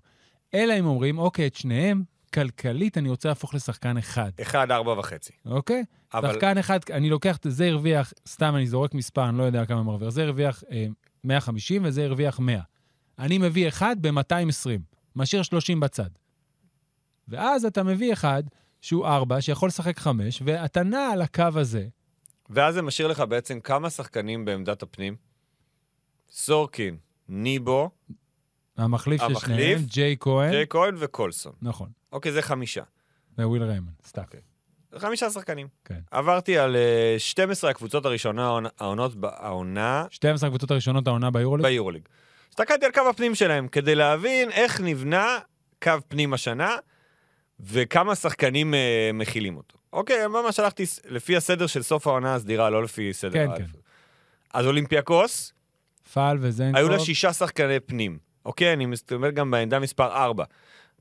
אלא אם אומרים, אוקיי, את שניהם, כלכלית אני רוצה להפוך לשחקן אחד,
אחד, ארבע וחצי.
אוקיי? אבל...
אבל
שחקן אחד, אני לוקח, את- זה הרוויח, סתם אני זורק מספר, אני לא יודע כמה מרוויח, זה הרוויח אה, 150 וזה הרוויח 100. אני מביא אחד ב-220, משאיר 30 בצד. ואז אתה מביא אחד שהוא 4, שיכול לשחק 5, ואתה נע על הקו הזה.
ואז זה משאיר לך בעצם כמה שחקנים בעמדת הפנים? סורקין, ניבו,
המחליף של
המחליף,
שניהם, ג'יי כהן,
ג'יי כהן וקולסון.
נכון,
אוקיי, זה חמישה.
וויל ריימן, סתם.
אוקיי. חמישה שחקנים.
כן.
עברתי על אה, 12 הקבוצות הראשונה, העונות, ב- העונה
12 הקבוצות הראשונות העונה ביורוליג.
ביורוליג. הסתכלתי על קו הפנים שלהם כדי להבין איך נבנה קו פנים השנה וכמה שחקנים אה, מכילים אותו. אוקיי, ממש הלכתי ס- לפי הסדר של סוף העונה הסדירה, לא לפי סדר
כן,
האלף.
כן.
אז אולימפיאקוס,
פעל וזנקוב.
היו לה שישה שחקני פנים. אוקיי, אני מסתובב גם בעמדה מספר ארבע.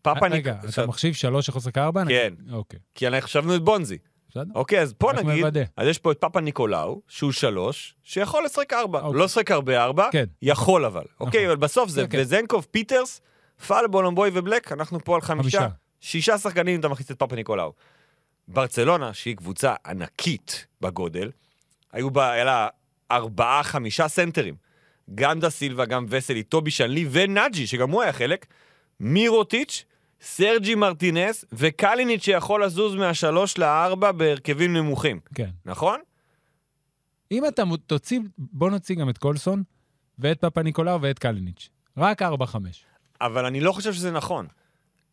פאפה
אה, רגע,
ניק...
אתה מחשיב 3 שחוזק 4?
כן,
אוקיי,
כי אנחנו חשבנו את בונזי.
בסדר.
אוקיי, אז פה
רק
נגיד,
מוודא.
אז יש פה את פאפה ניקולאו, שהוא שלוש, שיכול לשחק ארבע.
אוקיי.
לא לשחק הרבה ארבע,
כן.
יכול אבל. אוקיי,
נכון.
אבל בסוף זה,
כן, כן.
וזנקוב, פיטרס, פאל, בולומבוי ובלק, אנחנו פה על חמישה.
חמישה.
שישה שחקנים אם אתה מכניס את פאפה ניקולאו. ברצלונה, שהיא קבוצה ענקית בגודל, היו בה, היה לה ארבעה, חמישה סנטרים. גם דה סילבה, גם וסלי, טובי שנלי ונאג'י, שגם הוא היה חלק, מירוטיץ', סרג'י מרטינס וקליניץ' שיכול לזוז מהשלוש לארבע בהרכבים נמוכים,
כן.
נכון?
אם אתה מ- תוציא, בוא נוציא גם את קולסון, ואת פאפה ניקולאו ואת קליניץ'. רק 4-5.
אבל אני לא חושב שזה נכון.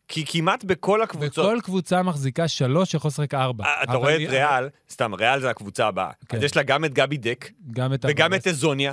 כי כמעט בכל הקבוצות...
וכל קבוצה מחזיקה 3 שיכול לשחק 4.
אה, אתה רואה את ריאל, סתם, ריאל זה הקבוצה הבאה.
כן.
אז יש לה גם את גבי דק,
גם את...
וגם את אזוניה.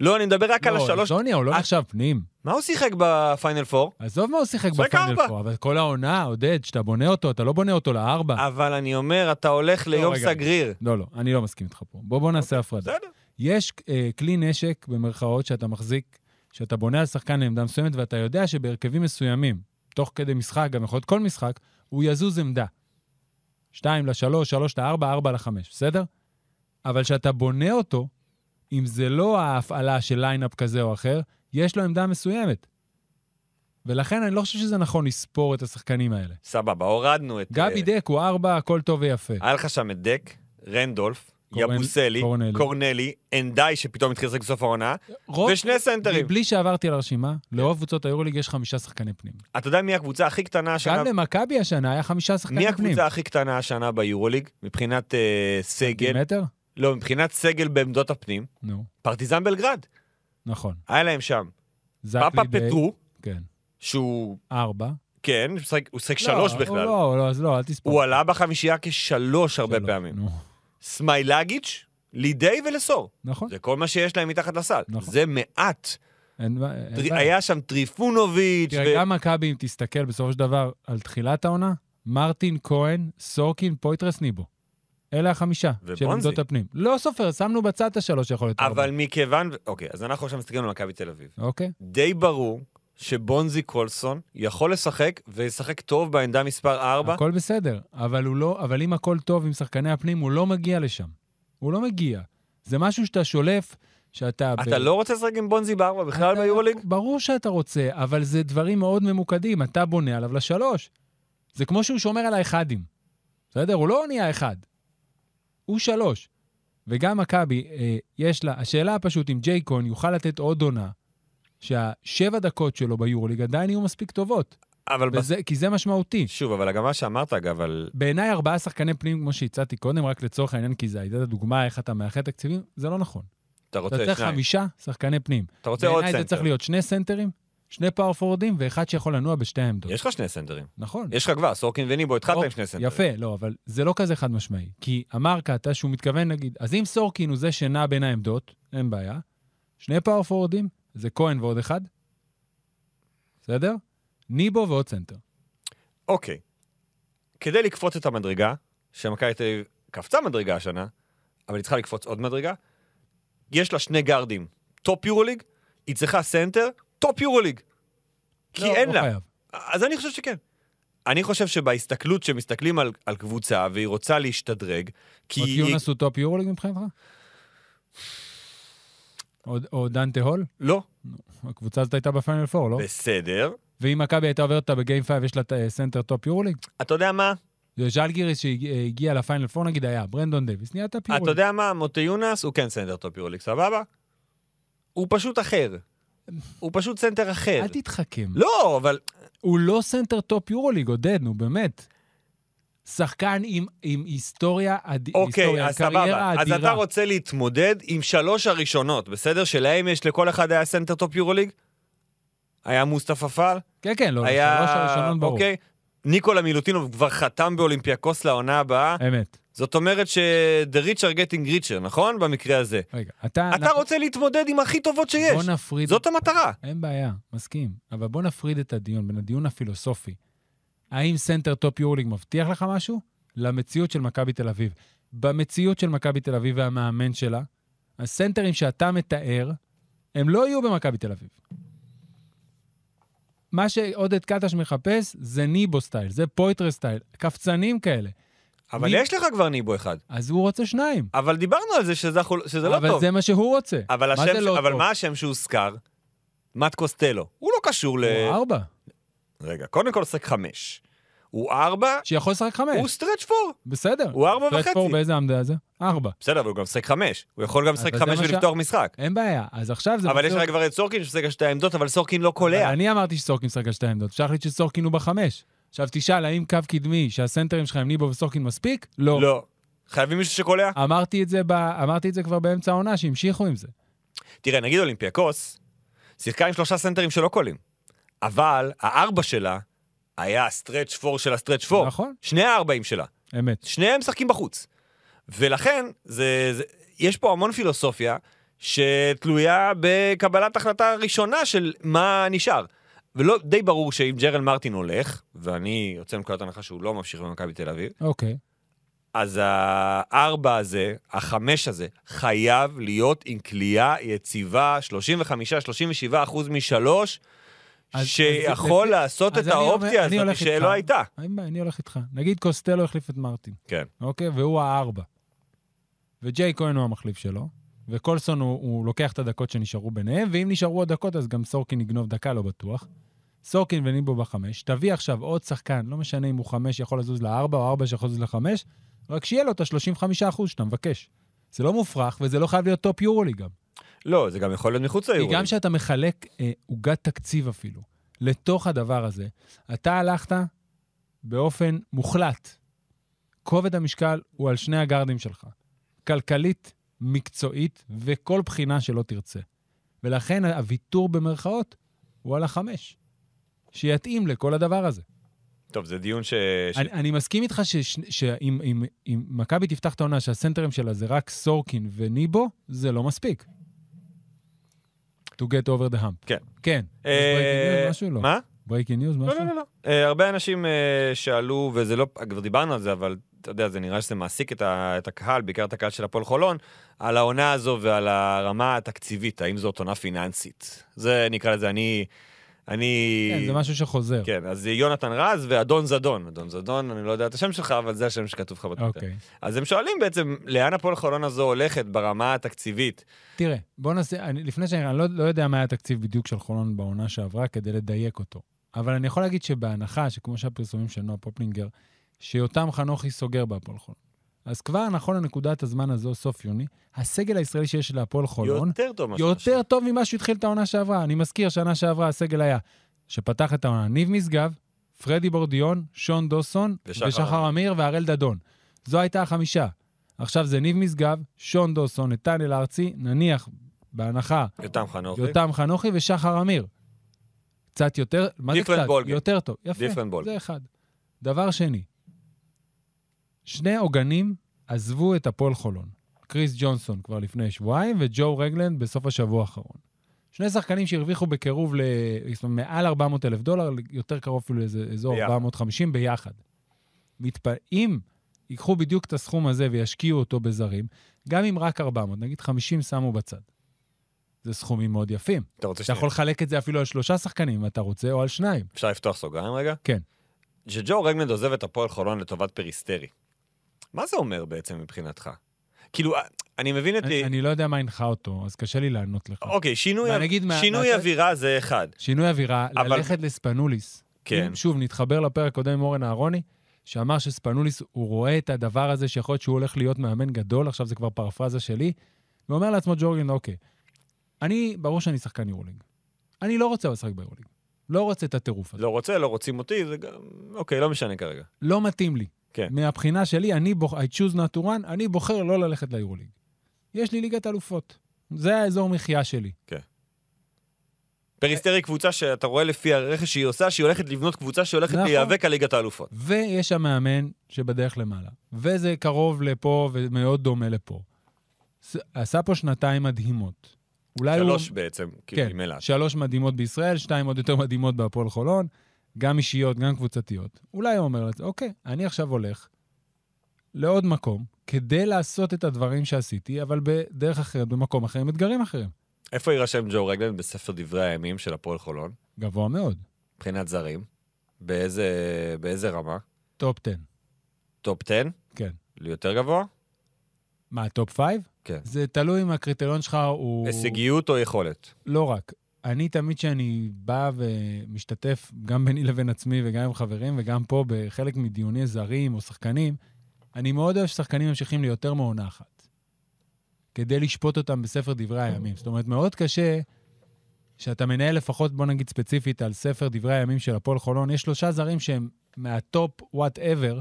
לא, אני מדבר רק על השלוש.
זוניה, הוא לא
אה.
נחשב פנים.
מה הוא שיחק בפיינל פור?
עזוב מה הוא שיחק
שיחק
בפיינל
ארבע.
פור, אבל כל העונה, עודד, כשאתה בונה אותו, אתה לא בונה אותו לארבע.
אבל אני אומר, אתה הולך ליום
רגע.
סגריר.
לא, לא, אני לא מסכים איתך פה. בוא, בוא נעשה הפרדה.
בסדר.
יש אה, כלי נשק, במרכאות, שאתה מחזיק, שאתה בונה על שחקן לעמדה מסוימת, ואתה יודע שבהרכבים מסוימים, תוך כדי משחק, גם יכול להיות כל משחק, הוא יזוז עמדה. 2 ל-3, 3 ל-4, 4 ל-5, בסדר? אבל כשאתה בונה אותו, אם זה לא ההפעלה של ליינאפ כזה או אחר, יש לו עמדה מסוימת. ולכן אני לא חושב שזה נכון לספור את השחקנים האלה.
סבבה, הורדנו את...
גבי
אה,
דק הוא 4, הכל טוב ויפה.
היה לך שם את דק, רנדולף,
קורן-
יבוסלי,
קורנלי.
קורנלי, אנדאי שפתאום התחיל לשחק בסוף העונה,
רוב
ושני סנטרים.
מבלי שעברתי על הרשימה, לרוב קבוצות היורוליג יש חמישה שחקני פנים.
אתה יודע מי הקבוצה הכי קטנה השנה?
גם למכבי השנה היה חמישה שחקני
מי
פנים.
הקבוצה הכי קטנה השנה ביורוליג? מבחינת אה, סגל,
מטר?
לא, מבחינת סגל בעמדות הפנים,
נו,
פרטיזן בלגרד.
נכון.
היה להם שם.
זקלי
פאפה
דיי,
פטרו,
כן,
שהוא,
ארבע.
כן, הוא משחק- הוא שיחק שלוש
לא,
בכלל.
לא, לא, אז לא, אל תספור.
הוא עלה בחמישייה כשלוש הרבה
שלוש,
פעמים.
נו,
סמיילגיץ', לידי ולסור.
נכון,
זה כל מה שיש להם מתחת לסל.
נכון.
זה מעט.
אין בע- אין
טרי-
בעיה.
היה שם טריפונוביץ',
תראה,
ו-
גם מכבי, אם תסתכל בסופו של דבר על תחילת העונה, מרטין, כהן, סורקין, פויטרס, ניבו. אלה החמישה של
ובונזי.
עמדות הפנים. לא סופר, שמנו בצד את השלוש יכול להיות ארבע.
אבל מכיוון... ו- אוקיי, אז אנחנו עכשיו מסתכלים על מכבי תל אביב.
אוקיי?
די ברור שבונזי קולסון יכול לשחק, וישחק טוב בעמדה מספר 4.
הכל בסדר, אבל הוא לא, אבל אם הכל טוב עם שחקני הפנים, הוא לא מגיע לשם. הוא לא מגיע. זה משהו שאתה שולף, שאתה... ב-
אתה לא רוצה לשחק עם בונזי בארבע בכלל
אתה-
ביורוליג?
ברור שאתה רוצה, אבל זה דברים מאוד ממוקדים. אתה בונה עליו לשלוש. זה כמו שהוא שומר על האחדים. בסדר? הוא לא נהיה אחד. הוא שלוש. וגם מכבי, אה, יש לה... השאלה הפשוט, אם ג'ייקון יוכל לתת עוד עונה, שהשבע דקות שלו ביורוליג עדיין יהיו מספיק טובות.
אבל בס-
וזה, כי זה משמעותי.
שוב, אבל גם מה שאמרת, אגב, על...
בעיניי ארבעה שחקני פנים, כמו שהצעתי קודם, רק לצורך העניין, כי זו הייתה הדוגמה איך אתה מאחד תקציבים, זה לא נכון.
אתה
אתה
רוצה
צריך
שניים.
חמישה שחקני פנים.
אתה רוצה עוד
בעיניי זה צריך
סנטר.
להיות שני סנטרים, שני פאור פורורדים ואחד שיכול לנוע בשתי העמדות.
יש לך שני סנטרים.
נכון.
יש לך כבר, סורקין וניבו, התחלת עם שני סנטרים.
יפה, לא, אבל זה לא כזה חד משמעי. כי אמר קאטה שהוא מתכוון, נגיד, אז אם סורקין הוא זה שנע בין העמדות, אין בעיה. שני פאור פורורדים, זה כהן ועוד אחד, בסדר? ניבו ועוד סנטר.
אוקיי. כדי לקפוץ את המדרגה, שמכבי תל אביב קפצה מדרגה השנה, אבל היא צריכה לקפוץ עוד מדרגה, יש לה שני גארדים, טופ יורוליג, היא צריכה סנטר, טופ יורוליג. כי
לא,
אין
לא
לה.
חייב.
אז אני חושב שכן. אני חושב שבהסתכלות, שמסתכלים על, על קבוצה והיא רוצה להשתדרג, כי
עוד
היא...
יונס הוא טופ יורוליג מבחינתך? או- או דנטה הול?
לא,
הקבוצה הזאת הייתה בפיינל 4, לא?
בסדר,
ואם מכבי הייתה עוברת אותה בגיים 5, יש לה את, אה, סנטר טופ יורוליג.
אתה יודע מה?
ז'לגיריס שהגיע אה, לפיינל פור נגיד היה, ברנדון דייוויס, נהיה את הפירוליג.
אתה יודע מה? מוטי יונס הוא כן סנטר טופ יורוליג, סבבה? הוא פשוט אחר. הוא פשוט סנטר אחר.
אל תתחכם.
אה, לא, אבל
הוא לא סנטר טופ יורוליג, עודד, נו, באמת. שחקן עם, עם היסטוריה, אד...
אוקיי,
היסטוריה,
אז סבבה.
קריירה
אז אתה
אדירה.
רוצה להתמודד עם שלוש הראשונות, בסדר? שלהם יש לכל אחד היה סנטר טופ יורוליג? היה מוסטפא פאל?
כן, כן, לא,
היה...
שלוש הראשונות ברור.
אוקיי. ניקולה מילוטינוב כבר חתם באולימפיאקוס לעונה הבאה.
אמת.
זאת אומרת ש... The rich are getting richer, נכון? במקרה הזה.
רגע, אתה...
אתה רוצה להתמודד עם הכי טובות
אה, בוא
שיש.
נפריד...
זאת המטרה.
אין בעיה, מסכים. אבל בוא נפריד את הדיון בין הדיון הפילוסופי. האם סנטר טופ יורליג מבטיח לך משהו? למציאות של מכבי תל אביב. במציאות של מכבי תל אביב והמאמן שלה, הסנטרים שאתה מתאר, הם לא יהיו במכבי תל אביב. מה שעודד קטש מחפש זה ניבו סטייל, זה פויטרה סטייל, קפצנים כאלה.
אבל
מי-
יש לך כבר ניבו אחד. אז...
אז הוא רוצה שניים.
אבל דיברנו על זה שזה, החול- שזה לא
אבל
טוב.
זה מה שהוא רוצה.
אבל,
מה
השם,
זה
ש-
לא
אבל
טוב?
מה השם שהוזכר? מאט קוסטלו. הוא לא קשור ל...
הוא ארבע,
רגע, קודם כל שחק חמש. הוא ארבע,
שיכול לשחק חמש.
הוא סטרץ' פור.
בסדר.
הוא ארבע
פרד פור
וחצי.
באיזה עמדה זה? ארבע.
בסדר, אבל הוא גם שחק חמש. הוא יכול גם לשחק
אבל זה
חמש
מה שה-
ולפתוח משחק.
אין בעיה, אז עכשיו זה...
אבל יש
מחזיר-
לך כבר את סורקין שמשחק על שתי העמדות, אבל סורקין לא
אבל
קולע.
אני אמרתי שסורקין משחק על שתי עמדות, אפשר להחליט שסורקין הוא בחמש. עכשיו תשאל, האם קו קדמי שהסנטרים שלך עם ניבו וסורקין מספיק? לא.
לא. חייבים מישהו שקולע?
אמרתי את זה, ב... אמרתי את זה כבר באמצע העונה, שהמשיכו עם זה.
תראה, נגיד אולימפיאקוס, שיחקה עם שלושה סנטרים שלא קולים. אבל הארבע שלה היה הסטרץ' פור של הסטרץ' פור.
נכון.
שני הארבעים שלה.
אמת.
שניהם משחקים בחוץ. ולכן, זה, זה, יש פה המון פילוסופיה שתלויה בקבלת החלטה ראשונה של מה נשאר. ולא, די ברור שאם ג'רל מרטין הולך, ואני יוצא מנקודת הנחה שהוא לא ממשיך במכבי תל אביב,
אוקיי.
אז הארבע הזה, החמש הזה, חייב להיות עם כליאה יציבה, 35-37 אחוז משלוש,
אז- אז
שיכול
לפי-
לעשות
אז
את
אני אומר-
האופציה
אני
הזאת
הולך איתך.
שלא הייתה.
אין בעיה, אני הולך איתך. נגיד קוסטלו החליף את מרטין,
כן.
אוקיי? והוא הארבע. וג'יי כהן הוא המחליף שלו, וקולסון הוא, הוא לוקח את הדקות שנשארו ביניהם, ואם נשארו עוד דקות אז גם סורקין יגנוב דקה, לא בטוח. סורקין וניבו בחמש, תביא עכשיו עוד שחקן, לא משנה אם הוא חמש יכול לזוז לארבע או ארבע שיכול לזוז לחמש, רק שיהיה לו את ה-35% שאתה מבקש. זה לא מופרך, וזה לא חייב להיות טופ יורולי גם.
לא, זה גם יכול להיות מחוץ
כי
ליורו.
גם כשאתה מחלק אה, עוגת תקציב אפילו, לתוך הדבר הזה, אתה הלכת באופן מוחלט. כובד המשקל הוא על שני הגארדים שלך. כלכלית, מקצועית וכל בחינה שלא תרצה. ולכן הוויתור במרכאות הוא על החמש. שיתאים לכל הדבר הזה.
טוב, זה דיון ש... ש-
אני, אני מסכים איתך שש- שאם אם- אם מכבי תפתח את העונה שהסנטרים שלה זה רק סורקין וניבו, זה לא מספיק. To get over the hump.
כן. אה,
כן. יש breaking news, משהו לא.
מה?
breaking news,
לא,
משהו?
לא, לא, לא. אה, הרבה אנשים אה, שאלו, וזה לא, כבר דיברנו על זה, אבל אתה יודע, זה נראה שזה מעסיק את ה- את הקהל, בעיקר את הקהל של הפועל חולון, על העונה הזו ועל הרמה התקציבית, האם זאת עונה פיננסית. זה, נקרא לזה, אני... אני...
כן, זה משהו שחוזר.
כן, אז זה יונתן רז ואדון זדון. אדון זדון, אני לא יודע את השם שלך, אבל זה השם שכתוב לך בטוויטר.
אוקיי.
אז הם שואלים בעצם, לאן הפועל חולון הזו הולכת ברמה התקציבית?
תראה, בוא נעשה, אני, לפני שאני, אני לא, לא יודע מה היה התקציב בדיוק של חולון בעונה שעברה כדי לדייק אותו, אבל אני יכול להגיד שבהנחה, שכמו שהפרסומים של נועה פופלינגר, שיותם חנוכי סוגר בהפועל חולון. אז כבר נכון לנקודת הזמן הזו, סוף יוני, הסגל הישראלי שיש להפועל חולון,
יותר טוב מאשר...
יותר טוב ממה שהתחיל את העונה שעברה. אני מזכיר, שנה שעברה הסגל היה, שפתח את העונה, ניב משגב, פרדי בורדיון, שון דוסון,
ושחר
ושחר אמיר והראל דדון. זו הייתה החמישה. עכשיו זה ניב משגב, שון דוסון, נתנאל ארצי, נניח, בהנחה,
יותם חנוכי.
יותם חנוכי ושחר אמיר. קצת יותר, מה זה
Different
קצת?
ball game.
יותר טוב. יפה,
Different ball
זה אחד. דבר שני, שני עוגנים עזבו את הפועל חולון. קריס ג'ונסון כבר לפני שבועיים, וג'ו רגלנד בסוף השבוע האחרון. שני שחקנים שהרוויחו בקירוב ל... זאת אומרת, מעל 400 אלף דולר, יותר קרוב אפילו לאיזה אזור
ביחד.
450 ביחד. מתפ... אם ייקחו בדיוק את הסכום הזה וישקיעו אותו בזרים, גם אם רק 400, נגיד 50 שמו בצד. זה סכומים מאוד יפים.
אתה רוצה
אתה
שנייה?
יכול לחלק את זה אפילו על שלושה שחקנים אם אתה רוצה, או על שניים.
אפשר לפתוח סוגריים רגע?
כן.
שג'ו רגנד עוזב את הפועל חולון לטובת פריסטרי. מה זה אומר בעצם מבחינתך? כאילו, אני מבין את...
אני, אני לא יודע מה הנחה אותו, אז קשה לי לענות לך.
אוקיי, שינוי,
ואני אגיד מה-
שינוי
מה-
אווירה זה אחד.
שינוי אווירה,
אבל-
ללכת לספנוליס.
כן.
אם, שוב, נתחבר לפרק הקודם עם אורן אהרוני, שאמר שספנוליס, הוא רואה את הדבר הזה שיכול להיות שהוא הולך להיות מאמן גדול, עכשיו זה כבר פרפרזה שלי, ואומר לעצמו ג'ורגן, אוקיי, אני, ברור שאני שחקן יורוליג. אני לא רוצה לשחק ביורוליג. לא רוצה את הטירוף הזה.
לא רוצה, לא רוצים אותי, זה גם... אוקיי, לא משנה כרגע.
לא מתאים לי.
כן.
מהבחינה שלי, אני בוחר, I choose not to run, אני בוחר לא ללכת ליורוליג. יש לי ליגת אלופות. זה האזור מחיה שלי.
פריסטר
אה-
היא קבוצה שאתה רואה לפי הרכש שהיא עושה, שהיא הולכת לבנות קבוצה שהולכת
נכון.
להיאבק על ליגת האלופות.
ויש שם מאמן שבדרך למעלה. וזה קרוב לפה ומאוד דומה לפה. ס- עשה פה שנתיים מדהימות. אולי הוא... כן,
שלוש בעצם, כאילו, עם אילת.
שלוש מדהימות בישראל, שתיים עוד יותר מדהימות בהפועל חולון, גם אישיות, גם קבוצתיות. אולי הוא אומר לעצמו, אוקיי, אני עכשיו הולך לעוד מקום כדי לעשות את הדברים שעשיתי, אבל בדרך אחרת, במקום אחר, עם אתגרים אחרים.
איפה יירשם ג'ו רגלן בספר דברי הימים של הפועל חולון?
גבוה מאוד.
מבחינת זרים. באיזה, באיזה רמה?
טופ 10,
טופ 10?
כן.
ליותר גבוה?
מה, טופ 5?
כן.
זה תלוי אם הקריטריון שלך הוא...
הישגיות או יכולת?
לא רק. אני תמיד כשאני בא ומשתתף, גם ביני לבין עצמי וגם עם חברים, וגם פה בחלק מדיוני זרים או שחקנים, אני מאוד אוהב ששחקנים ממשיכים ליותר מעונה אחת, כדי לשפוט אותם בספר דברי הימים. זאת אומרת, מאוד קשה שאתה מנהל לפחות, בוא נגיד ספציפית, על ספר דברי הימים של הפועל חולון, יש שלושה זרים שהם מהטופ וואטאבר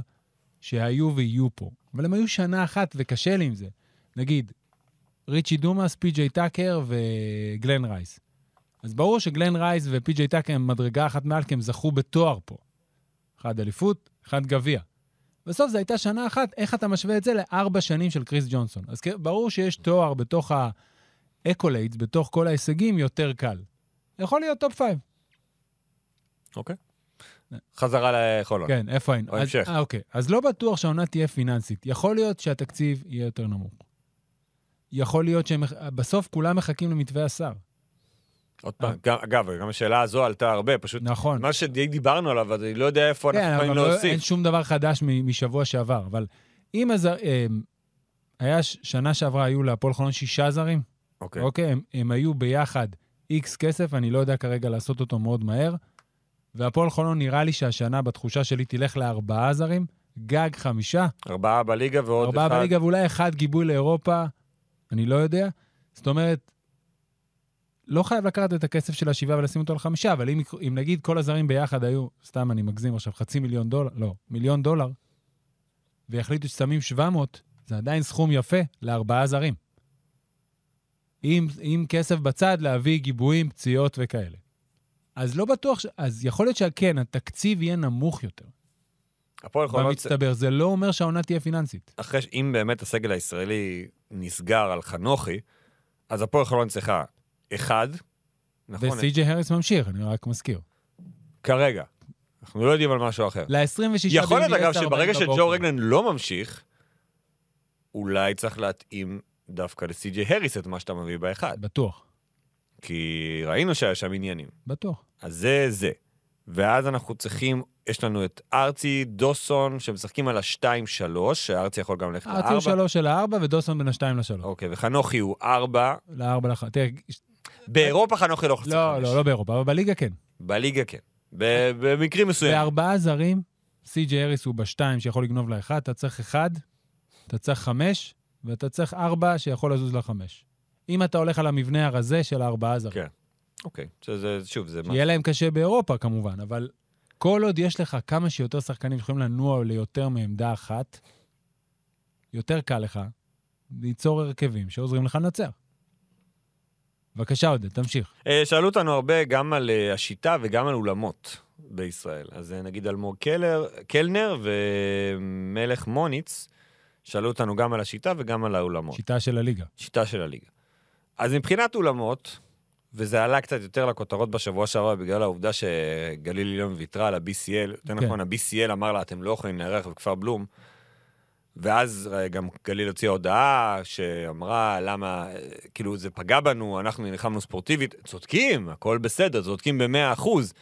שהיו ויהיו פה. אבל הם היו שנה אחת וקשה לי עם זה. נגיד, ריצ'י דומאס, פי.ג'יי טאקר וגלן רייס. אז ברור שגלן רייס ופי.ג'יי טאקר הם מדרגה אחת מעל, כי הם זכו בתואר פה. אחד אליפות, אחד גביע. בסוף זו הייתה שנה אחת, איך אתה משווה את זה לארבע שנים של קריס ג'ונסון? אז כ- ברור שיש תואר בתוך האקולייטס, בתוך כל ההישגים, יותר קל. יכול להיות טופ פייב.
אוקיי. חזרה לחולון.
כן, איפה היינו?
או
אז-
המשך.
אה, אוקיי. אז לא בטוח שהעונה תהיה פיננסית. יכול להיות שהתקציב יהיה יותר נמוך. יכול להיות שהם... בסוף כולם מחכים למתווה השר.
עוד פעם, גם- אגב, גם השאלה הזו עלתה הרבה, פשוט
אה. נכון.
מה שדיברנו עליו, אז אני לא יודע איפה אנחנו
כן, אבל
יכולים
לא- אין
להוסיף.
שום דבר חדש מ- משבוע שעבר, אבל אם הזר... אמ, היה ש- שנה שעברה, היו להפועל חולון שישה זרים,
אוקיי.
אוקיי? הם- הם היו ביחד איקס כסף, אני לא יודע כרגע לעשות אותו מאוד מהר, והפועל חולון נראה לי שהשנה, בתחושה שלי, תלך לארבעה זרים, גג חמישה,
ארבעה בליגה ועוד
ארבעה
אחד.
בליגה ואולי אחד גיבוי לאירופה, אני לא יודע. זאת אומרת, לא חייב לקחת את הכסף של השבעה ולשים אותו על חמישה, אבל אם, אם נגיד כל הזרים ביחד היו, סתם אני מגזים עכשיו, חצי מיליון דולר, לא, מיליון דולר, ויחליטו ששמים 700, זה עדיין סכום יפה לארבעה זרים. עם, עם כסף בצד להביא גיבויים, פציעות וכאלה. אז לא בטוח, ש... אז יכול להיות שכן, התקציב יהיה נמוך יותר.
הפועל חולון,
במצטבר, זה לא אומר שהעונה תהיה פיננסית.
אחרי, ש- אם באמת הסגל הישראלי נסגר על חנוכי, אז הפועל חולון צריכה אחד, נכון?
וסי.ג'י הריס ממשיך, אני רק מזכיר.
כרגע. אנחנו לא יודעים על משהו אחר.
ל-26 ביוני 10:40
יכול להיות, אגב, שברגע
בבוקר.
שג'ו רגלן לא ממשיך, אולי צריך להתאים דווקא לסי.ג'י הריס את מה שאתה מביא באחד.
בטוח,
כי ראינו שהיה שם עניינים.
בטוח.
אז זה זה. ואז אנחנו צריכים, יש לנו את ארצי, דוסון, שמשחקים על ה-2-3, שארצי יכול גם ללכת
ארצי הוא
ל-4.
שלוש של הארבע ודוסון בין השתיים לשלוש.
אוקיי, וחנוכי הוא 4.
לארבע לאחת. תראה, ש-
באירופה חנוכי לא אוקיי. חצי
לא,
חמש.
לא, לא באירופה, אבל בליגה כן.
בליגה כן. ב- במקרים מסוימים.
בארבעה זרים, סי.ג'י הריס הוא בשתיים שיכול לגנוב לאחד, אתה צריך אחד, אתה צריך חמש, ואתה צריך ארבע שיכול לזוז לחמש. אם אתה הולך על המבנה הרזה של הארבעה זרים.
כן. אוקיי, שזה, שוב, זה מה...
שיהיה להם קשה באירופה כמובן, אבל כל עוד יש לך כמה שיותר שחקנים שיכולים לנוע ליותר מעמדה אחת, יותר קל לך ליצור הרכבים שעוזרים לך לנצח. בבקשה, עודד, תמשיך.
אה, שאלו אותנו הרבה גם על אה, השיטה וגם על אולמות בישראל. אז אה, נגיד אלמוג קלר, קלנר ומלך מוניץ, שאלו אותנו גם על השיטה וגם על האולמות.
שיטה של הליגה.
שיטה של הליגה. אז מבחינת אולמות, וזה עלה קצת יותר לכותרות בשבוע שעבר בגלל העובדה שגליל עליון ויתרה על ה-BCL, יותר
כן.
נכון, ה-BCL אמר לה, אתם לא יכולים לארח בכפר בלום. ואז אה, גם גליל הוציאה הודעה שאמרה למה, אה, כאילו זה פגע בנו, אנחנו נלחמנו ספורטיבית. צודקים, הכל בסדר, צודקים במאה אחוז.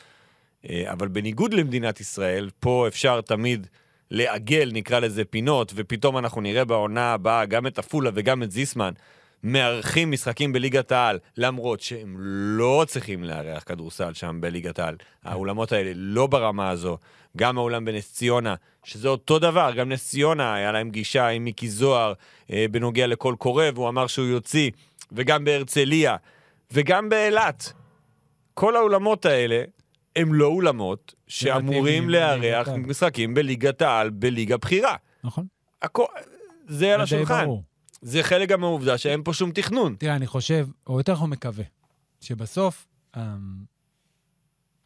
אה, אבל בניגוד למדינת ישראל, פה אפשר תמיד לעגל, נקרא לזה, פינות, ופתאום אנחנו נראה בעונה הבאה גם את עפולה וגם את זיסמן מארחים משחקים בליגת העל, למרות שהם לא צריכים לארח כדורסל שם בליגת העל.
כן.
האולמות האלה לא ברמה הזו. גם האולם בנס ציונה, שזה אותו דבר, גם נס ציונה, היה להם גישה עם מיקי זוהר אה, בנוגע לקול קורא, והוא אמר שהוא יוציא, וגם בהרצליה, וגם באילת. כל האולמות האלה הם לא אולמות שאמורים
מתאימים
לארח
לליגת העל.
משחקים בליגת העל, בליגה בכירה.
נכון?
הכל, זה על
זה די
השולחן.
ברור.
זה חלק גם מהעובדה שאין פה שום תכנון.
תראה, אני חושב, או יותר נכון מקווה, שבסוף, אמ,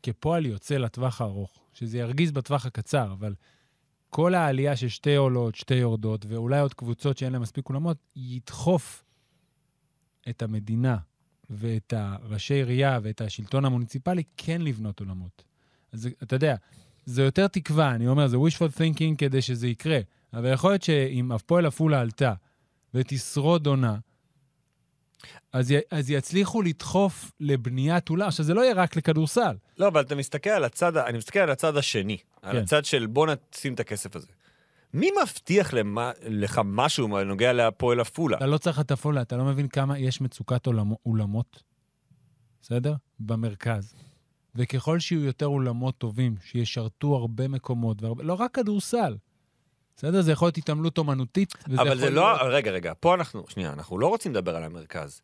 כפועל יוצא לטווח הארוך, שזה ירגיז בטווח הקצר, אבל כל העלייה של שתי עולות, שתי יורדות, ואולי עוד קבוצות שאין להן מספיק אולמות, ידחוף את המדינה ואת הראשי עירייה ואת השלטון המוניציפלי כן לבנות אולמות. אז זה- אתה יודע, זה יותר תקווה, אני אומר, זה wishful thinking כדי שזה יקרה. אבל יכול להיות שאם הפועל עפולה עלתה ותשרוד עונה, אז, י, אז יצליחו לדחוף לבניית אולם. עכשיו, זה לא יהיה רק לכדורסל.
לא, אבל אתה מסתכל על הצד, ה- אני מסתכל על הצד השני, על
כן.
הצד של בוא נשים את הכסף הזה. מי מבטיח למה, לך משהו בנוגע להפועל עפולה?
אתה לא צריך עטפולה, אתה לא מבין כמה יש מצוקת אולמו, אולמות, בסדר? במרכז. וככל שיהיו יותר אולמות טובים, שישרתו הרבה מקומות, והרבה, לא רק כדורסל, בסדר? זה יכול להיות התעמלות אומנותית, וזה
אבל
יכול
זה לא...
להיות...
רגע, רגע, פה אנחנו... שנייה, אנחנו לא רוצים לדבר על המרכז.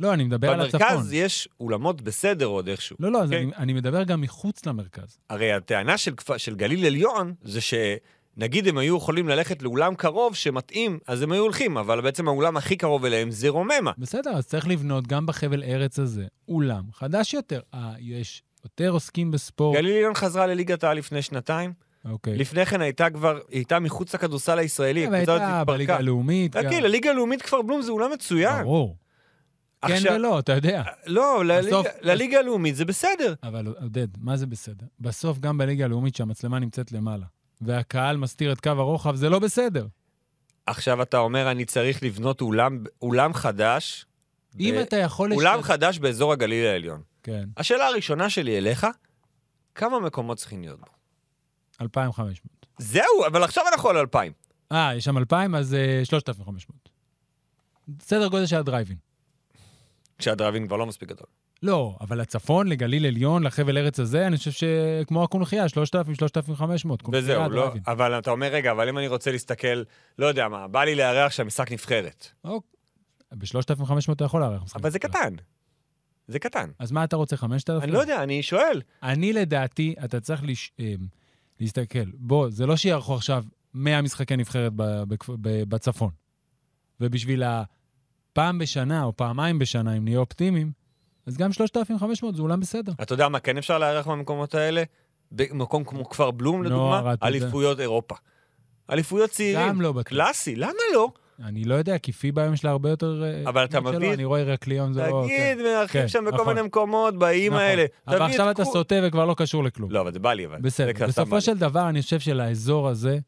לא, אני מדבר על הצפון.
במרכז יש אולמות בסדר עוד איכשהו.
לא, לא, אז
אוקיי.
אני, אני מדבר גם מחוץ למרכז.
הרי הטענה של, כפ- של גליל עליון זה שנגיד הם היו יכולים ללכת לאולם קרוב שמתאים, אז הם היו הולכים, אבל בעצם האולם הכי קרוב אליהם זה רוממה.
בסדר, אז צריך לבנות גם בחבל ארץ הזה אולם חדש יותר. אה, יש יותר עוסקים בספורט.
גליל עליון חזרה לליגת העל לפני שנתיים,
אוקיי.
לפני כן הייתה כבר, היא הייתה מחוץ לכדורסל הישראלי,
אבל
הקבוצה הזאת
הייתה בליגה הלאומית. גם.
כן, לליגה הלאומית כפר בלום זה אולם מצוין.
ברור. כן
עכשיו-
ולא, אתה יודע.
לא, לליגה-
בסוף-
לליגה הלאומית זה בסדר.
אבל עודד, מה זה בסדר? בסוף גם בליגה הלאומית שהמצלמה נמצאת למעלה, והקהל מסתיר את קו הרוחב, זה לא בסדר.
עכשיו אתה אומר, אני צריך לבנות אולם- אולם חדש,
אם
ו-
אתה לא יכול...
אולם
לשת-
חדש באזור הגליל העליון.
כן,
השאלה הראשונה שלי אליך, כמה מקומות צריכים להיות בו?
2,500.
זהו, אבל עכשיו אנחנו על 2,000.
אה, יש שם 2,000, אז אה, 3,500. סדר גודל של הדרייבין.
כשהדרייבין כבר לא מספיק גדול.
לא, אבל הצפון, לגליל עליון, לחבל ארץ הזה, אני חושב שכמו הקונכייה, 3,000, 3,500. קונכייה,
וזהו, לא,
הדרייבין.
אבל אתה אומר, רגע, אבל אם אני רוצה להסתכל, לא יודע מה, בא לי לארח שם משחק נבחרת.
אוק. ב-3,500 אתה יכול לארח משחק.
אבל זה קטן. זה קטן.
אז מה אתה רוצה, 5,000?
אני לא יודע, אני שואל.
אני לדעתי, אתה צריך לש... אה, להסתכל. בוא, זה לא שיערכו עכשיו 100 משחקי נבחרת ב- בכפ- ב- בצפון. ובשביל הפעם בשנה, או פעמיים בשנה, אם נהיה אופטימיים, אז גם 3,500 זה אולם בסדר.
אתה יודע מה כן אפשר לארח במקומות האלה? במקום כמו כפר בלום,
נו,
לדוגמה,
הרת לא את זה.
אליפויות אירופה. אליפויות צעירים.
גם לא בטוח.
קלאסי, למה לא?
אני לא יודע, כי פיבה היום שלה הרבה יותר... אה,
אבל אתה
שלו.
מביא-
אני רואה רקליון, זה לא...
תגיד,
כן.
מארחים שם בכל
נכון.
מיני מקומות, באיים
נכון.
האלה.
אבל
תביא
עכשיו
את
אתה
כל-
סוטה וכבר לא קשור לכלום.
לא, אבל זה בא לי, אבל. זה
בסדר.
כבר סתם בא
בסופו
לי.
של דבר, אני חושב שלאזור הזה,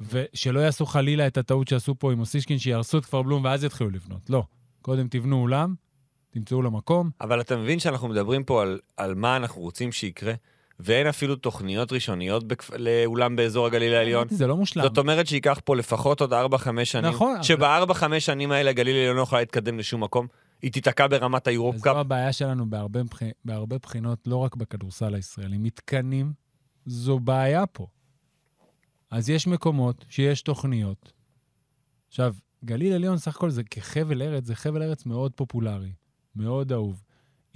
ושלא יעשו חלילה את הטעות שעשו פה עם אוסישקין, שיהרסו את כפר בלום ואז יתחילו לבנות. לא. קודם תבנו אולם, תמצאו לו מקום.
אבל אתה מבין שאנחנו מדברים פה על, על מה אנחנו רוצים שיקרה, ואין אפילו תוכניות ראשוניות בכפ... לאולם באזור הגליל העליון.
זה לא מושלם.
זאת אומרת שייקח פה לפחות עוד 4-5 שנים.
נכון, אבל-
שב-4-5 שנים האלה הגליל העליון לא יכולה להתקדם לשום מקום. היא תיתקע ברמת היורופ
אז זו
קאפ.
הבעיה שלנו בהרבה, מבח... בהרבה בחינות, לא רק בכדורסל הישראלי. מתקנים, זו בעיה פה. אז יש מקומות שיש תוכניות. עכשיו, גליל עליון, סך הכל זה כחבל ארץ, זה חבל ארץ מאוד פופולרי, מאוד אהוב.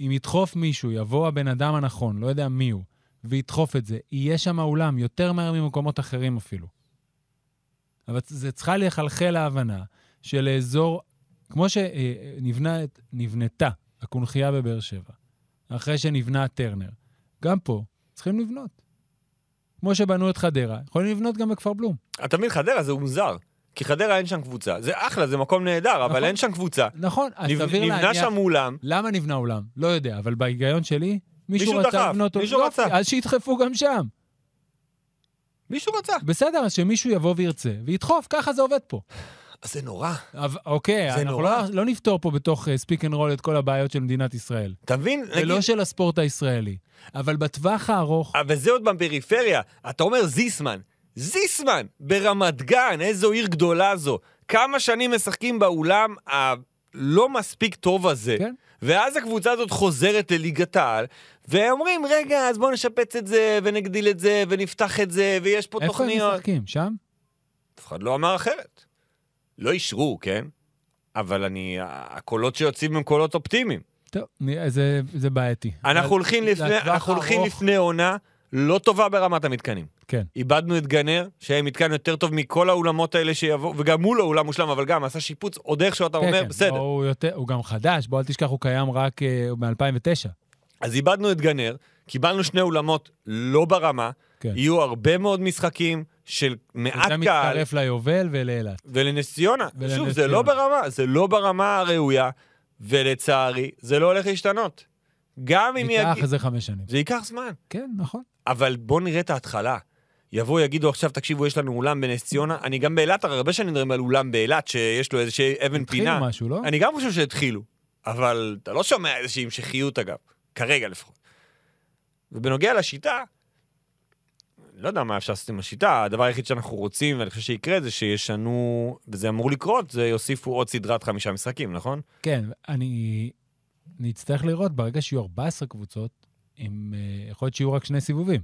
אם ידחוף מישהו, יבוא הבן אדם הנכון, לא יודע מי הוא, וידחוף את זה, יהיה שם אולם יותר מהר ממקומות אחרים אפילו. אבל זה צריכה לחלחל ההבנה שלאזור כמו שנבנתה הקונכייה בבאר שבע, אחרי שנבנה טרנר, גם פה צריכים לבנות. כמו שבנו את חדרה, יכולים לבנות גם בכפר בלום.
אתה מבין, חדרה זה מוזר. כי חדרה אין שם קבוצה. זה אחלה, זה מקום נהדר, אבל
נכון.
אין שם קבוצה.
נכון, אז
נבנ-
סביר
נבנה
להניח...
שם אולם.
למה נבנה אולם? לא יודע, אבל בהיגיון שלי, מישהו,
מישהו
רצה
דחף,
לבנות...
מישהו
יופי,
רצה.
אז שידחפו גם שם.
מישהו רצה.
בסדר, אז שמישהו יבוא וירצה, וידחוף, ככה זה עובד פה.
אז זה נורא.
אבל- אוקיי,
זה
אנחנו
נורא.
לא- לא נפתור פה בתוך ספיק אנד רול את כל הבעיות של מדינת ישראל.
אתה מבין?
ולא של הספורט הישראלי. אבל בטווח הארוך,
אבל זה אה, עוד בפריפריה. אתה אומר זיסמן. זיסמן! ברמת גן, איזו עיר גדולה זו. כמה שנים משחקים באולם הלא מספיק טוב הזה.
כן.
ואז הקבוצה הזאת חוזרת לליגת העל, ואומרים, רגע, אז בואו נשפץ את זה, ונגדיל את זה, ונפתח את זה, ויש פה
איפה הם
תוכניות.
משחקים? שם?
אף אחד לא אמר אחרת. לא אישרו, כן? אבל אני, הקולות שיוצאים הם קולות אופטימיים.
טוב, נראה, זה- זה בעייתי. אבל
אנחנו הולכים לפני,
לטווח
אנחנו הולכים
הארוך-
לפני עונה לא טובה ברמת המתקנים.
כן.
איבדנו את גנר, שהיה מתקן יותר טוב מכל האולמות האלה שיבואו, וגם הוא לא אולם מושלם, אבל גם עשה שיפוץ עוד איך שאתה
כן,
אומר,
כן.
בסדר.
לא, הוא יותר- הוא גם חדש, בוא אל תשכח, הוא קיים רק ב-2009.
אז איבדנו את גנר, קיבלנו שני אולמות לא ברמה,
כן.
יהיו הרבה מאוד משחקים של מעט
זה
קהל,
מצטרף ליובל ולאילת.
ולנס ציונה.
ולנס
שוב, זה
ציונה.
לא ברמה, זה לא ברמה הראויה, ולצערי, זה לא הולך להשתנות. גם אם
ניקח
יגיד...
איזה חמש שנים.
זה ייקח זמן.
כן, נכון.
אבל בואו נראה את ההתחלה. יבואו, יגידו עכשיו, תקשיבו, יש לנו אולם בנס ציונה. אני גם באילת, הרי הרבה שנים מדברים על אולם באילת, שיש לו איזושהי אבן פינה.
התחילו משהו, לא?
אני גם חושב שהתחילו, אבל אתה לא שומע איזושהי המשכיות, אגב. כרגע לפחות. ובנוגע לשיטה, לא יודע מה אפשר לעשות עם השיטה, הדבר היחיד שאנחנו רוצים, ואני חושב שיקרה, זה שישנו, וזה אמור לקרות, זה יוסיפו עוד סדרת חמישה משחקים, נכון?
כן, אני... נצטרך לראות, ברגע שיהיו 14 קבוצות, עם... אה, יכול להיות שיהיו רק שני סיבובים.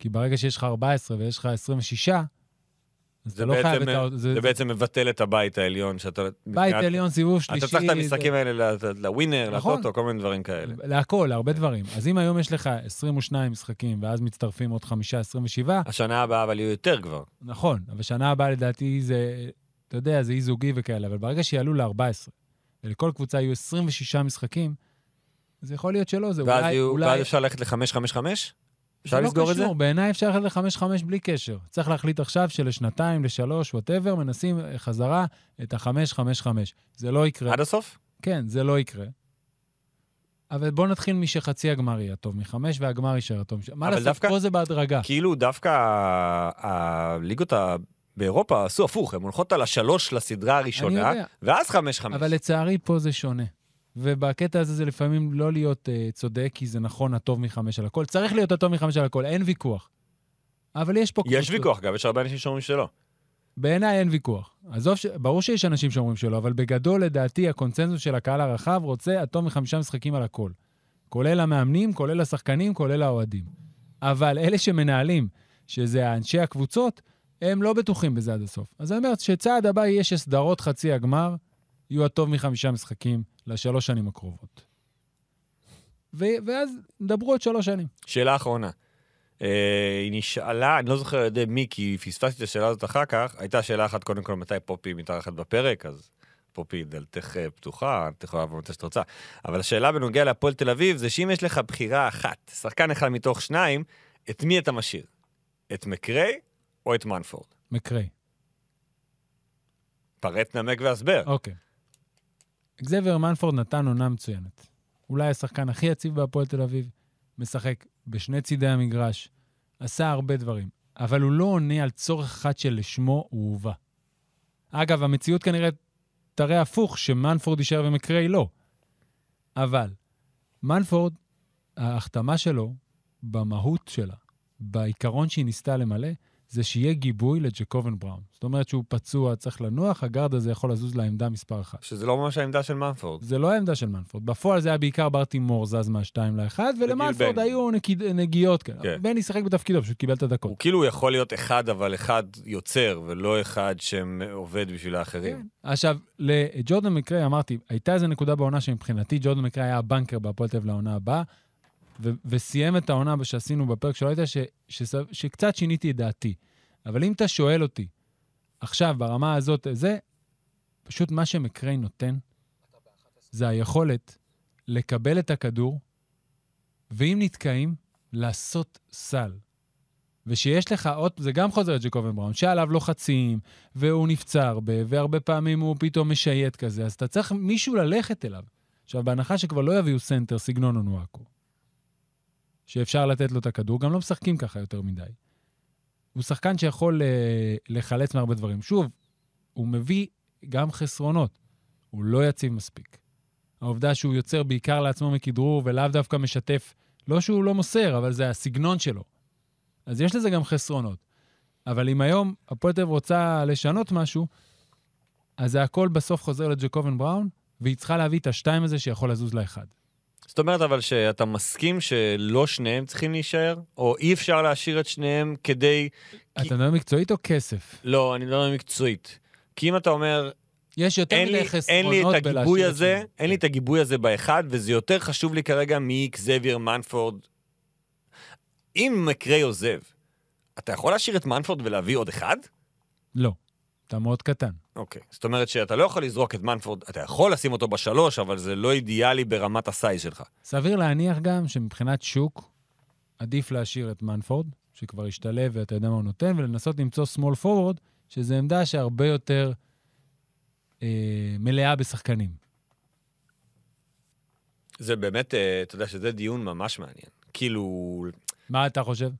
כי ברגע שיש לך 14 ויש לך 26, אז אתה
זה,
לא חייב את
בעצם, אה,
ה...
זה, בעצם מבטל את הבית העליון, שאתה...
בית עליון, סיבוב שלישי.
אתה צריך את
זה-
המשחקים האלה ל- ל- לווינר,
נכון.
לטוטו, כל מיני דברים כאלה.
להכל, להרבה דברים. אז אם היום יש לך 22 משחקים, ואז מצטרפים עוד 5, 27,
השנה הבאה אבל יהיו יותר כבר.
נכון, אבל שנה הבאה לדעתי זה, אתה יודע, זה אי זוגי וכאלה, אבל ברגע שיעלו ל-14, ולכל קבוצה יהיו 26 משחקים, אז יכול להיות שלא, זה
ואז
אולי...
יהיו-
אולי-
ואז אפשר ללכת ל-555? אפשר לסגור את
זה
זה?
לא קשור, בעיניי אפשר ללכת ל-5-5 בלי קשר. צריך להחליט עכשיו שלשנתיים, לשלוש, ווטאבר, מנסים אה, חזרה את ה-5-5-5. זה לא יקרה.
עד הסוף?
כן, זה לא יקרה. אבל בואו נתחיל משחצי הגמר יהיה טוב, מחמש והגמר יישאר טוב. מה
אבל
לעשות,
דווקא-
פה זה בהדרגה.
כאילו דווקא ה- הליגות ה- באירופה עשו הפוך, הן הולכות על השלוש לסדרה הראשונה,
יודע.
ואז חמש חמש.
אבל לצערי פה זה שונה. ובקטע הזה זה לפעמים לא להיות uh, צודק, כי זה נכון, הטוב מחמש על הכל. צריך להיות הטוב מחמש על הכל, אין ויכוח. אבל יש פה
יש ויכוח, גם יש הרבה אנשים שאומרים שלא.
בעיניי אין ויכוח. עזוב, ש... ברור שיש אנשים שאומרים שלא, אבל בגדול, לדעתי, הקונצנזוס של הקהל הרחב רוצה הטוב מחמישה משחקים על הכל. כולל המאמנים, כולל השחקנים, כולל האוהדים. אבל אלה שמנהלים, שזה אנשי הקבוצות, הם לא בטוחים בזה עד הסוף. אז אני אומר שצעד הבא יהיה שסדרות חצי הגמר יהיו הטוב מחמישה משחקים לשלוש שנים הקרובות. ו... ואז דברו עוד שלוש שנים.
שאלה אחרונה. אה, היא נשאלה, אני לא זוכר על ידי מי, כי פספסתי את השאלה הזאת אחר כך. הייתה שאלה אחת, קודם כל, מתי פופי מתארחת בפרק, אז פופי, דלתך אה, פתוחה, את יכולה לבוא מתי שאת רוצה. אבל השאלה בנוגע להפועל תל אביב, זה שאם יש לך בחירה אחת, שחקן אחד מתוך שניים, את מי אתה משאיר? את מקריי או את מנפורד?
מקרי.
פרט, נמק והסבר.
אוקיי. אקזבר אוקיי. מנפורד נתן עונה מצוינת. אולי השחקן הכי יציב בהפועל תל אביב, משחק בשני צידי המגרש, עשה הרבה דברים, אבל הוא לא עונה על צורך אחד שלשמו הוא הובא. אגב, המציאות כנראה תראה הפוך, שמנפורד יישאר ומקריי לא. אבל מנפורד, ההחתמה שלו, במהות שלה, בעיקרון שהיא ניסתה למלא, זה שיהיה גיבוי לג'קובן בראון. זאת אומרת שהוא פצוע, צריך לנוח, הגארד הזה יכול לזוז לעמדה מספר אחת.
שזה לא ממש העמדה של מנפורד.
זה לא העמדה של מנפורד. בפועל זה היה בעיקר ברטי מור זז מהשתיים לאחד, ולמנפורד
בן.
היו נקיד- נגיעות כאלה.
כן.
בני שיחק בתפקידו, פשוט קיבל את הדקות.
הוא כאילו יכול להיות אחד, אבל אחד יוצר, ולא אחד שעובד בשביל
כן.
האחרים.
עכשיו, לג'ורדן מקרי אמרתי, הייתה איזו נקודה בעונה שמבחינתי ג'ורדן מקרי היה הבנקר בהפועל תל אביב לעונה הבאה, ו- וסיים את העונה שעשינו בפרק שלא הייתה, ש- שס- שקצת שיניתי את דעתי. אבל אם אתה שואל אותי, עכשיו, ברמה הזאת, זה פשוט מה שמקרי נותן, זה היכולת לקבל את הכדור, ואם נתקעים, לעשות סל. ושיש לך עוד, זה גם חוזר לג'קובן בראון, שעליו לוחצים, והוא נפצע הרבה, והרבה פעמים הוא פתאום משייט כזה, אז אתה צריך מישהו ללכת אליו. עכשיו, בהנחה שכבר לא יביאו סנטר סגנון אונואקו, שאפשר לתת לו את הכדור, גם לא משחקים ככה יותר מדי. הוא שחקן שיכול אה, לחלץ מהרבה דברים. שוב, הוא מביא גם חסרונות. הוא לא יציב מספיק. העובדה שהוא יוצר בעיקר לעצמו מכדרור ולאו דווקא משתף, לא שהוא לא מוסר, אבל זה הסגנון שלו. אז יש לזה גם חסרונות. אבל אם היום הפועל תל אביב רוצה לשנות משהו, אז זה הכל בסוף חוזר לג'קובן בראון, והיא צריכה להביא את השתיים הזה שיכול לזוז לאחד.
זאת אומרת אבל שאתה מסכים שלא שניהם צריכים להישאר, או אי אפשר להשאיר את שניהם כדי... כי-
אתה מדבר מקצועית או כסף?
לא, אני לא אומר מקצועית. כי אם אתה אומר,
יש יותר
אין לי,
מדי
אין לי
חסרונות
את הגיבוי
בלהשאיר את
הזה,
שניהם.
אין לי את הגיבוי הזה באחד, וזה יותר חשוב לי כרגע מקזוויר מנפורד. אם מקרי עוזב, אתה יכול להשאיר את מנפורד ולהביא עוד אחד?
לא, אתה מאוד קטן.
אוקיי. זאת אומרת שאתה לא יכול לזרוק את מנפורד, אתה יכול לשים אותו בשלוש, אבל זה לא אידיאלי ברמת הסייז שלך.
סביר להניח גם שמבחינת שוק, עדיף להשאיר את מנפורד, שכבר השתלב ואתה יודע מה הוא נותן, ולנסות למצוא small forward, שזו עמדה שהרבה יותר אה, מלאה בשחקנים.
זה באמת, אה, אתה יודע שזה דיון ממש מעניין. כאילו,
מה אתה חושב?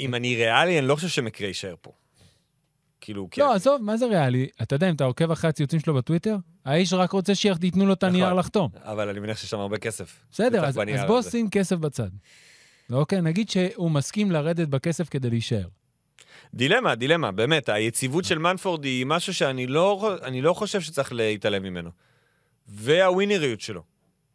אם אני ריאלי, אני לא חושב שמקרה יישאר פה. כאילו, כן.
לא, עזוב, מה זה ריאלי? אתה יודע, אם אתה עוקב אחרי הציוצים שלו בטוויטר, האיש רק רוצה שייתנו לו את הנייר
נכון.
לחתום.
אבל אני מניח שיש שם הרבה כסף.
בסדר,
בטח
אז,
בנייר
אז בוא
הזה.
שים כסף בצד. אוקיי, נגיד שהוא מסכים לרדת בכסף כדי להישאר.
דילמה, דילמה, באמת. היציבות של מנפורד היא משהו שאני לא, אני לא חושב שצריך להתעלם ממנו. והווינריות שלו.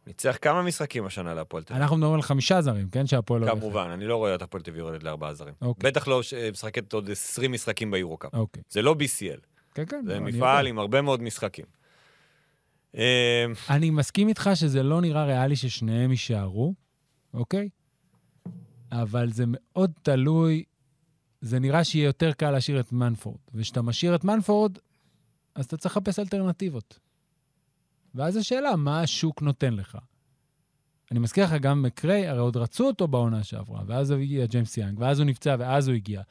ניצח כמה משחקים השנה להפועל תל אביב.
אנחנו מדברים על חמישה זרים, כן? שהפועל הולך.
כמובן, אני לא רואה את הפועל תל אביב יורדת לארבעה זרים.
אוקיי.
בטח לא ש- משחקת עוד 20 משחקים ביורו-קאפ.
אוקיי.
זה לא BCL,
כן, כן. לא,
זה
אני
מפעל
יודע.
עם הרבה מאוד משחקים. אה,
אני מסכים איתך שזה לא נראה ריאלי ששניהם יישארו, אוקיי? אבל זה מאוד תלוי, זה נראה שיהיה יותר קל להשאיר את מנפורד. וכשאתה משאיר את מנפורד, אז אתה צריך לחפש אלטרנטיבות. ואז השאלה, מה השוק נותן לך? אני מזכיר לך גם מקריי, הרי עוד רצו אותו בעונה שעברה, ואז הוא הגיע ג'יימס יאנג, ואז הוא נפצע, ואז הוא הגיע.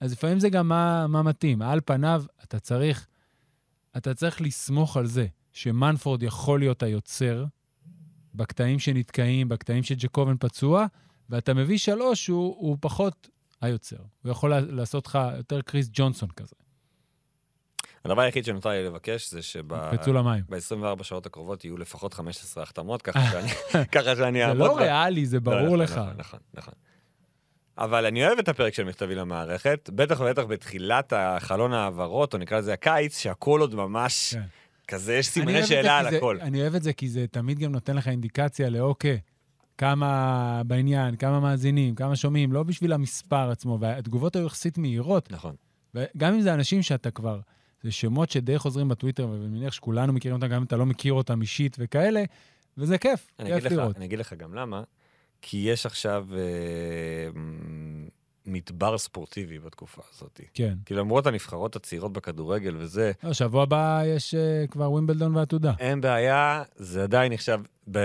אז לפעמים זה גם מה, מה מתאים. על פניו, אתה צריך, אתה צריך לסמוך על זה שמנפורד יכול להיות היוצר בקטעים שנתקעים, בקטעים שג'קובן פצוע, ואתה מביא שלוש, הוא, הוא פחות היוצר. הוא יכול לע- לעשות לך יותר קריס ג'ונסון כזה.
הדבר היחיד שנותר לי לבקש זה שב...
קפצו למים.
ב-24 שעות הקרובות יהיו לפחות 15 החתמות, ככה שאני- ככה שאני
זה
אעמוד.
לא
ב-
ריאלי, זה
לא,
ברור
נכון,
לך.
נכון, נכון, נכון. אבל אני אוהב את הפרק של מכתבי למערכת, בטח ובטח בתחילת החלון ההעברות, או נקרא לזה הקיץ, שהכל עוד ממש
כן.
כזה, יש
אני אוהב
סימני
את זה
שאלה
כי
על
זה-
הכל.
אני אוהב את זה כי זה תמיד גם נותן לך אינדיקציה לאוקיי, כמה בעניין, כמה מאזינים, כמה שומעים, לא בשביל המספר עצמו, והתגובות היו יחסית מהירות,
נכון.
וגם אם זה אנשים שאתה כבר, זה שמות שדי חוזרים בטוויטר, ואני מניח שכולנו מכירים אותם, גם אם אתה לא מכיר אותם אישית וכאלה, וזה כיף,
אני
כיף
אגיד, לך,
לראות.
אני אגיד לך גם למה, כי יש עכשיו אה, מ- מדבר ספורטיבי בתקופה הזאת.
כן.
כי למרות הנבחרות הצעירות בכדורגל וזה,
לא, שבוע הבא יש אה, כבר ווימבלדון ועתודה.
אין בעיה, זה עדיין נחשב, ב...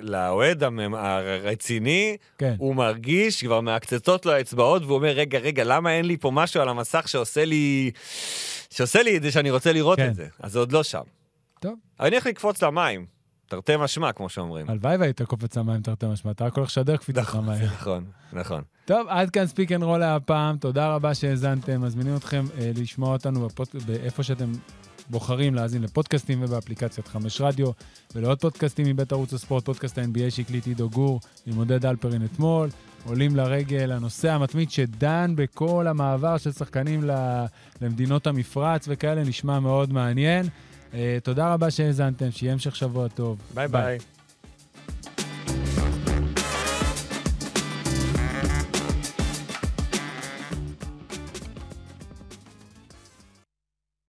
לאוהד המ- הרציני,
כן.
הוא מרגיש, כבר מעקצצות לו האצבעות, והוא אומר, רגע, רגע, למה אין לי פה משהו על המסך שעושה לי... שעושה לי את זה שאני רוצה לראות
כן.
את זה? אז זה עוד לא שם.
טוב.
אבל אני הולך לקפוץ למים, תרתי משמע, כמו שאומרים.
הלוואי והיית קופץ למים תרתי משמע, אתה רק הולך לשדר קפיצת
נכון,
למים.
נכון, נכון.
טוב, עד כאן ספיק אנד רול הפעם. תודה רבה שהאזנתם. מזמינים אתכם אה, לשמוע אותנו בפוד... באיפה שאתם בוחרים להאזין לפודקאסטים ובאפליקציית חמש רדיו, ולעוד פודקאסטים מבית ערוץ הספורט, פודקאסט ה-NBA שהקליט עידו גור עם עודד אלפרין אתמול. עולים לרגל הנושא המתמיד שדן בכל המעבר של שחקנים ל- למדינות המפרץ וכאלה, נשמע מאוד מעניין. אה, תודה רבה שהאזנתם, שיהיה המשך שבוע טוב.
ביי ביי.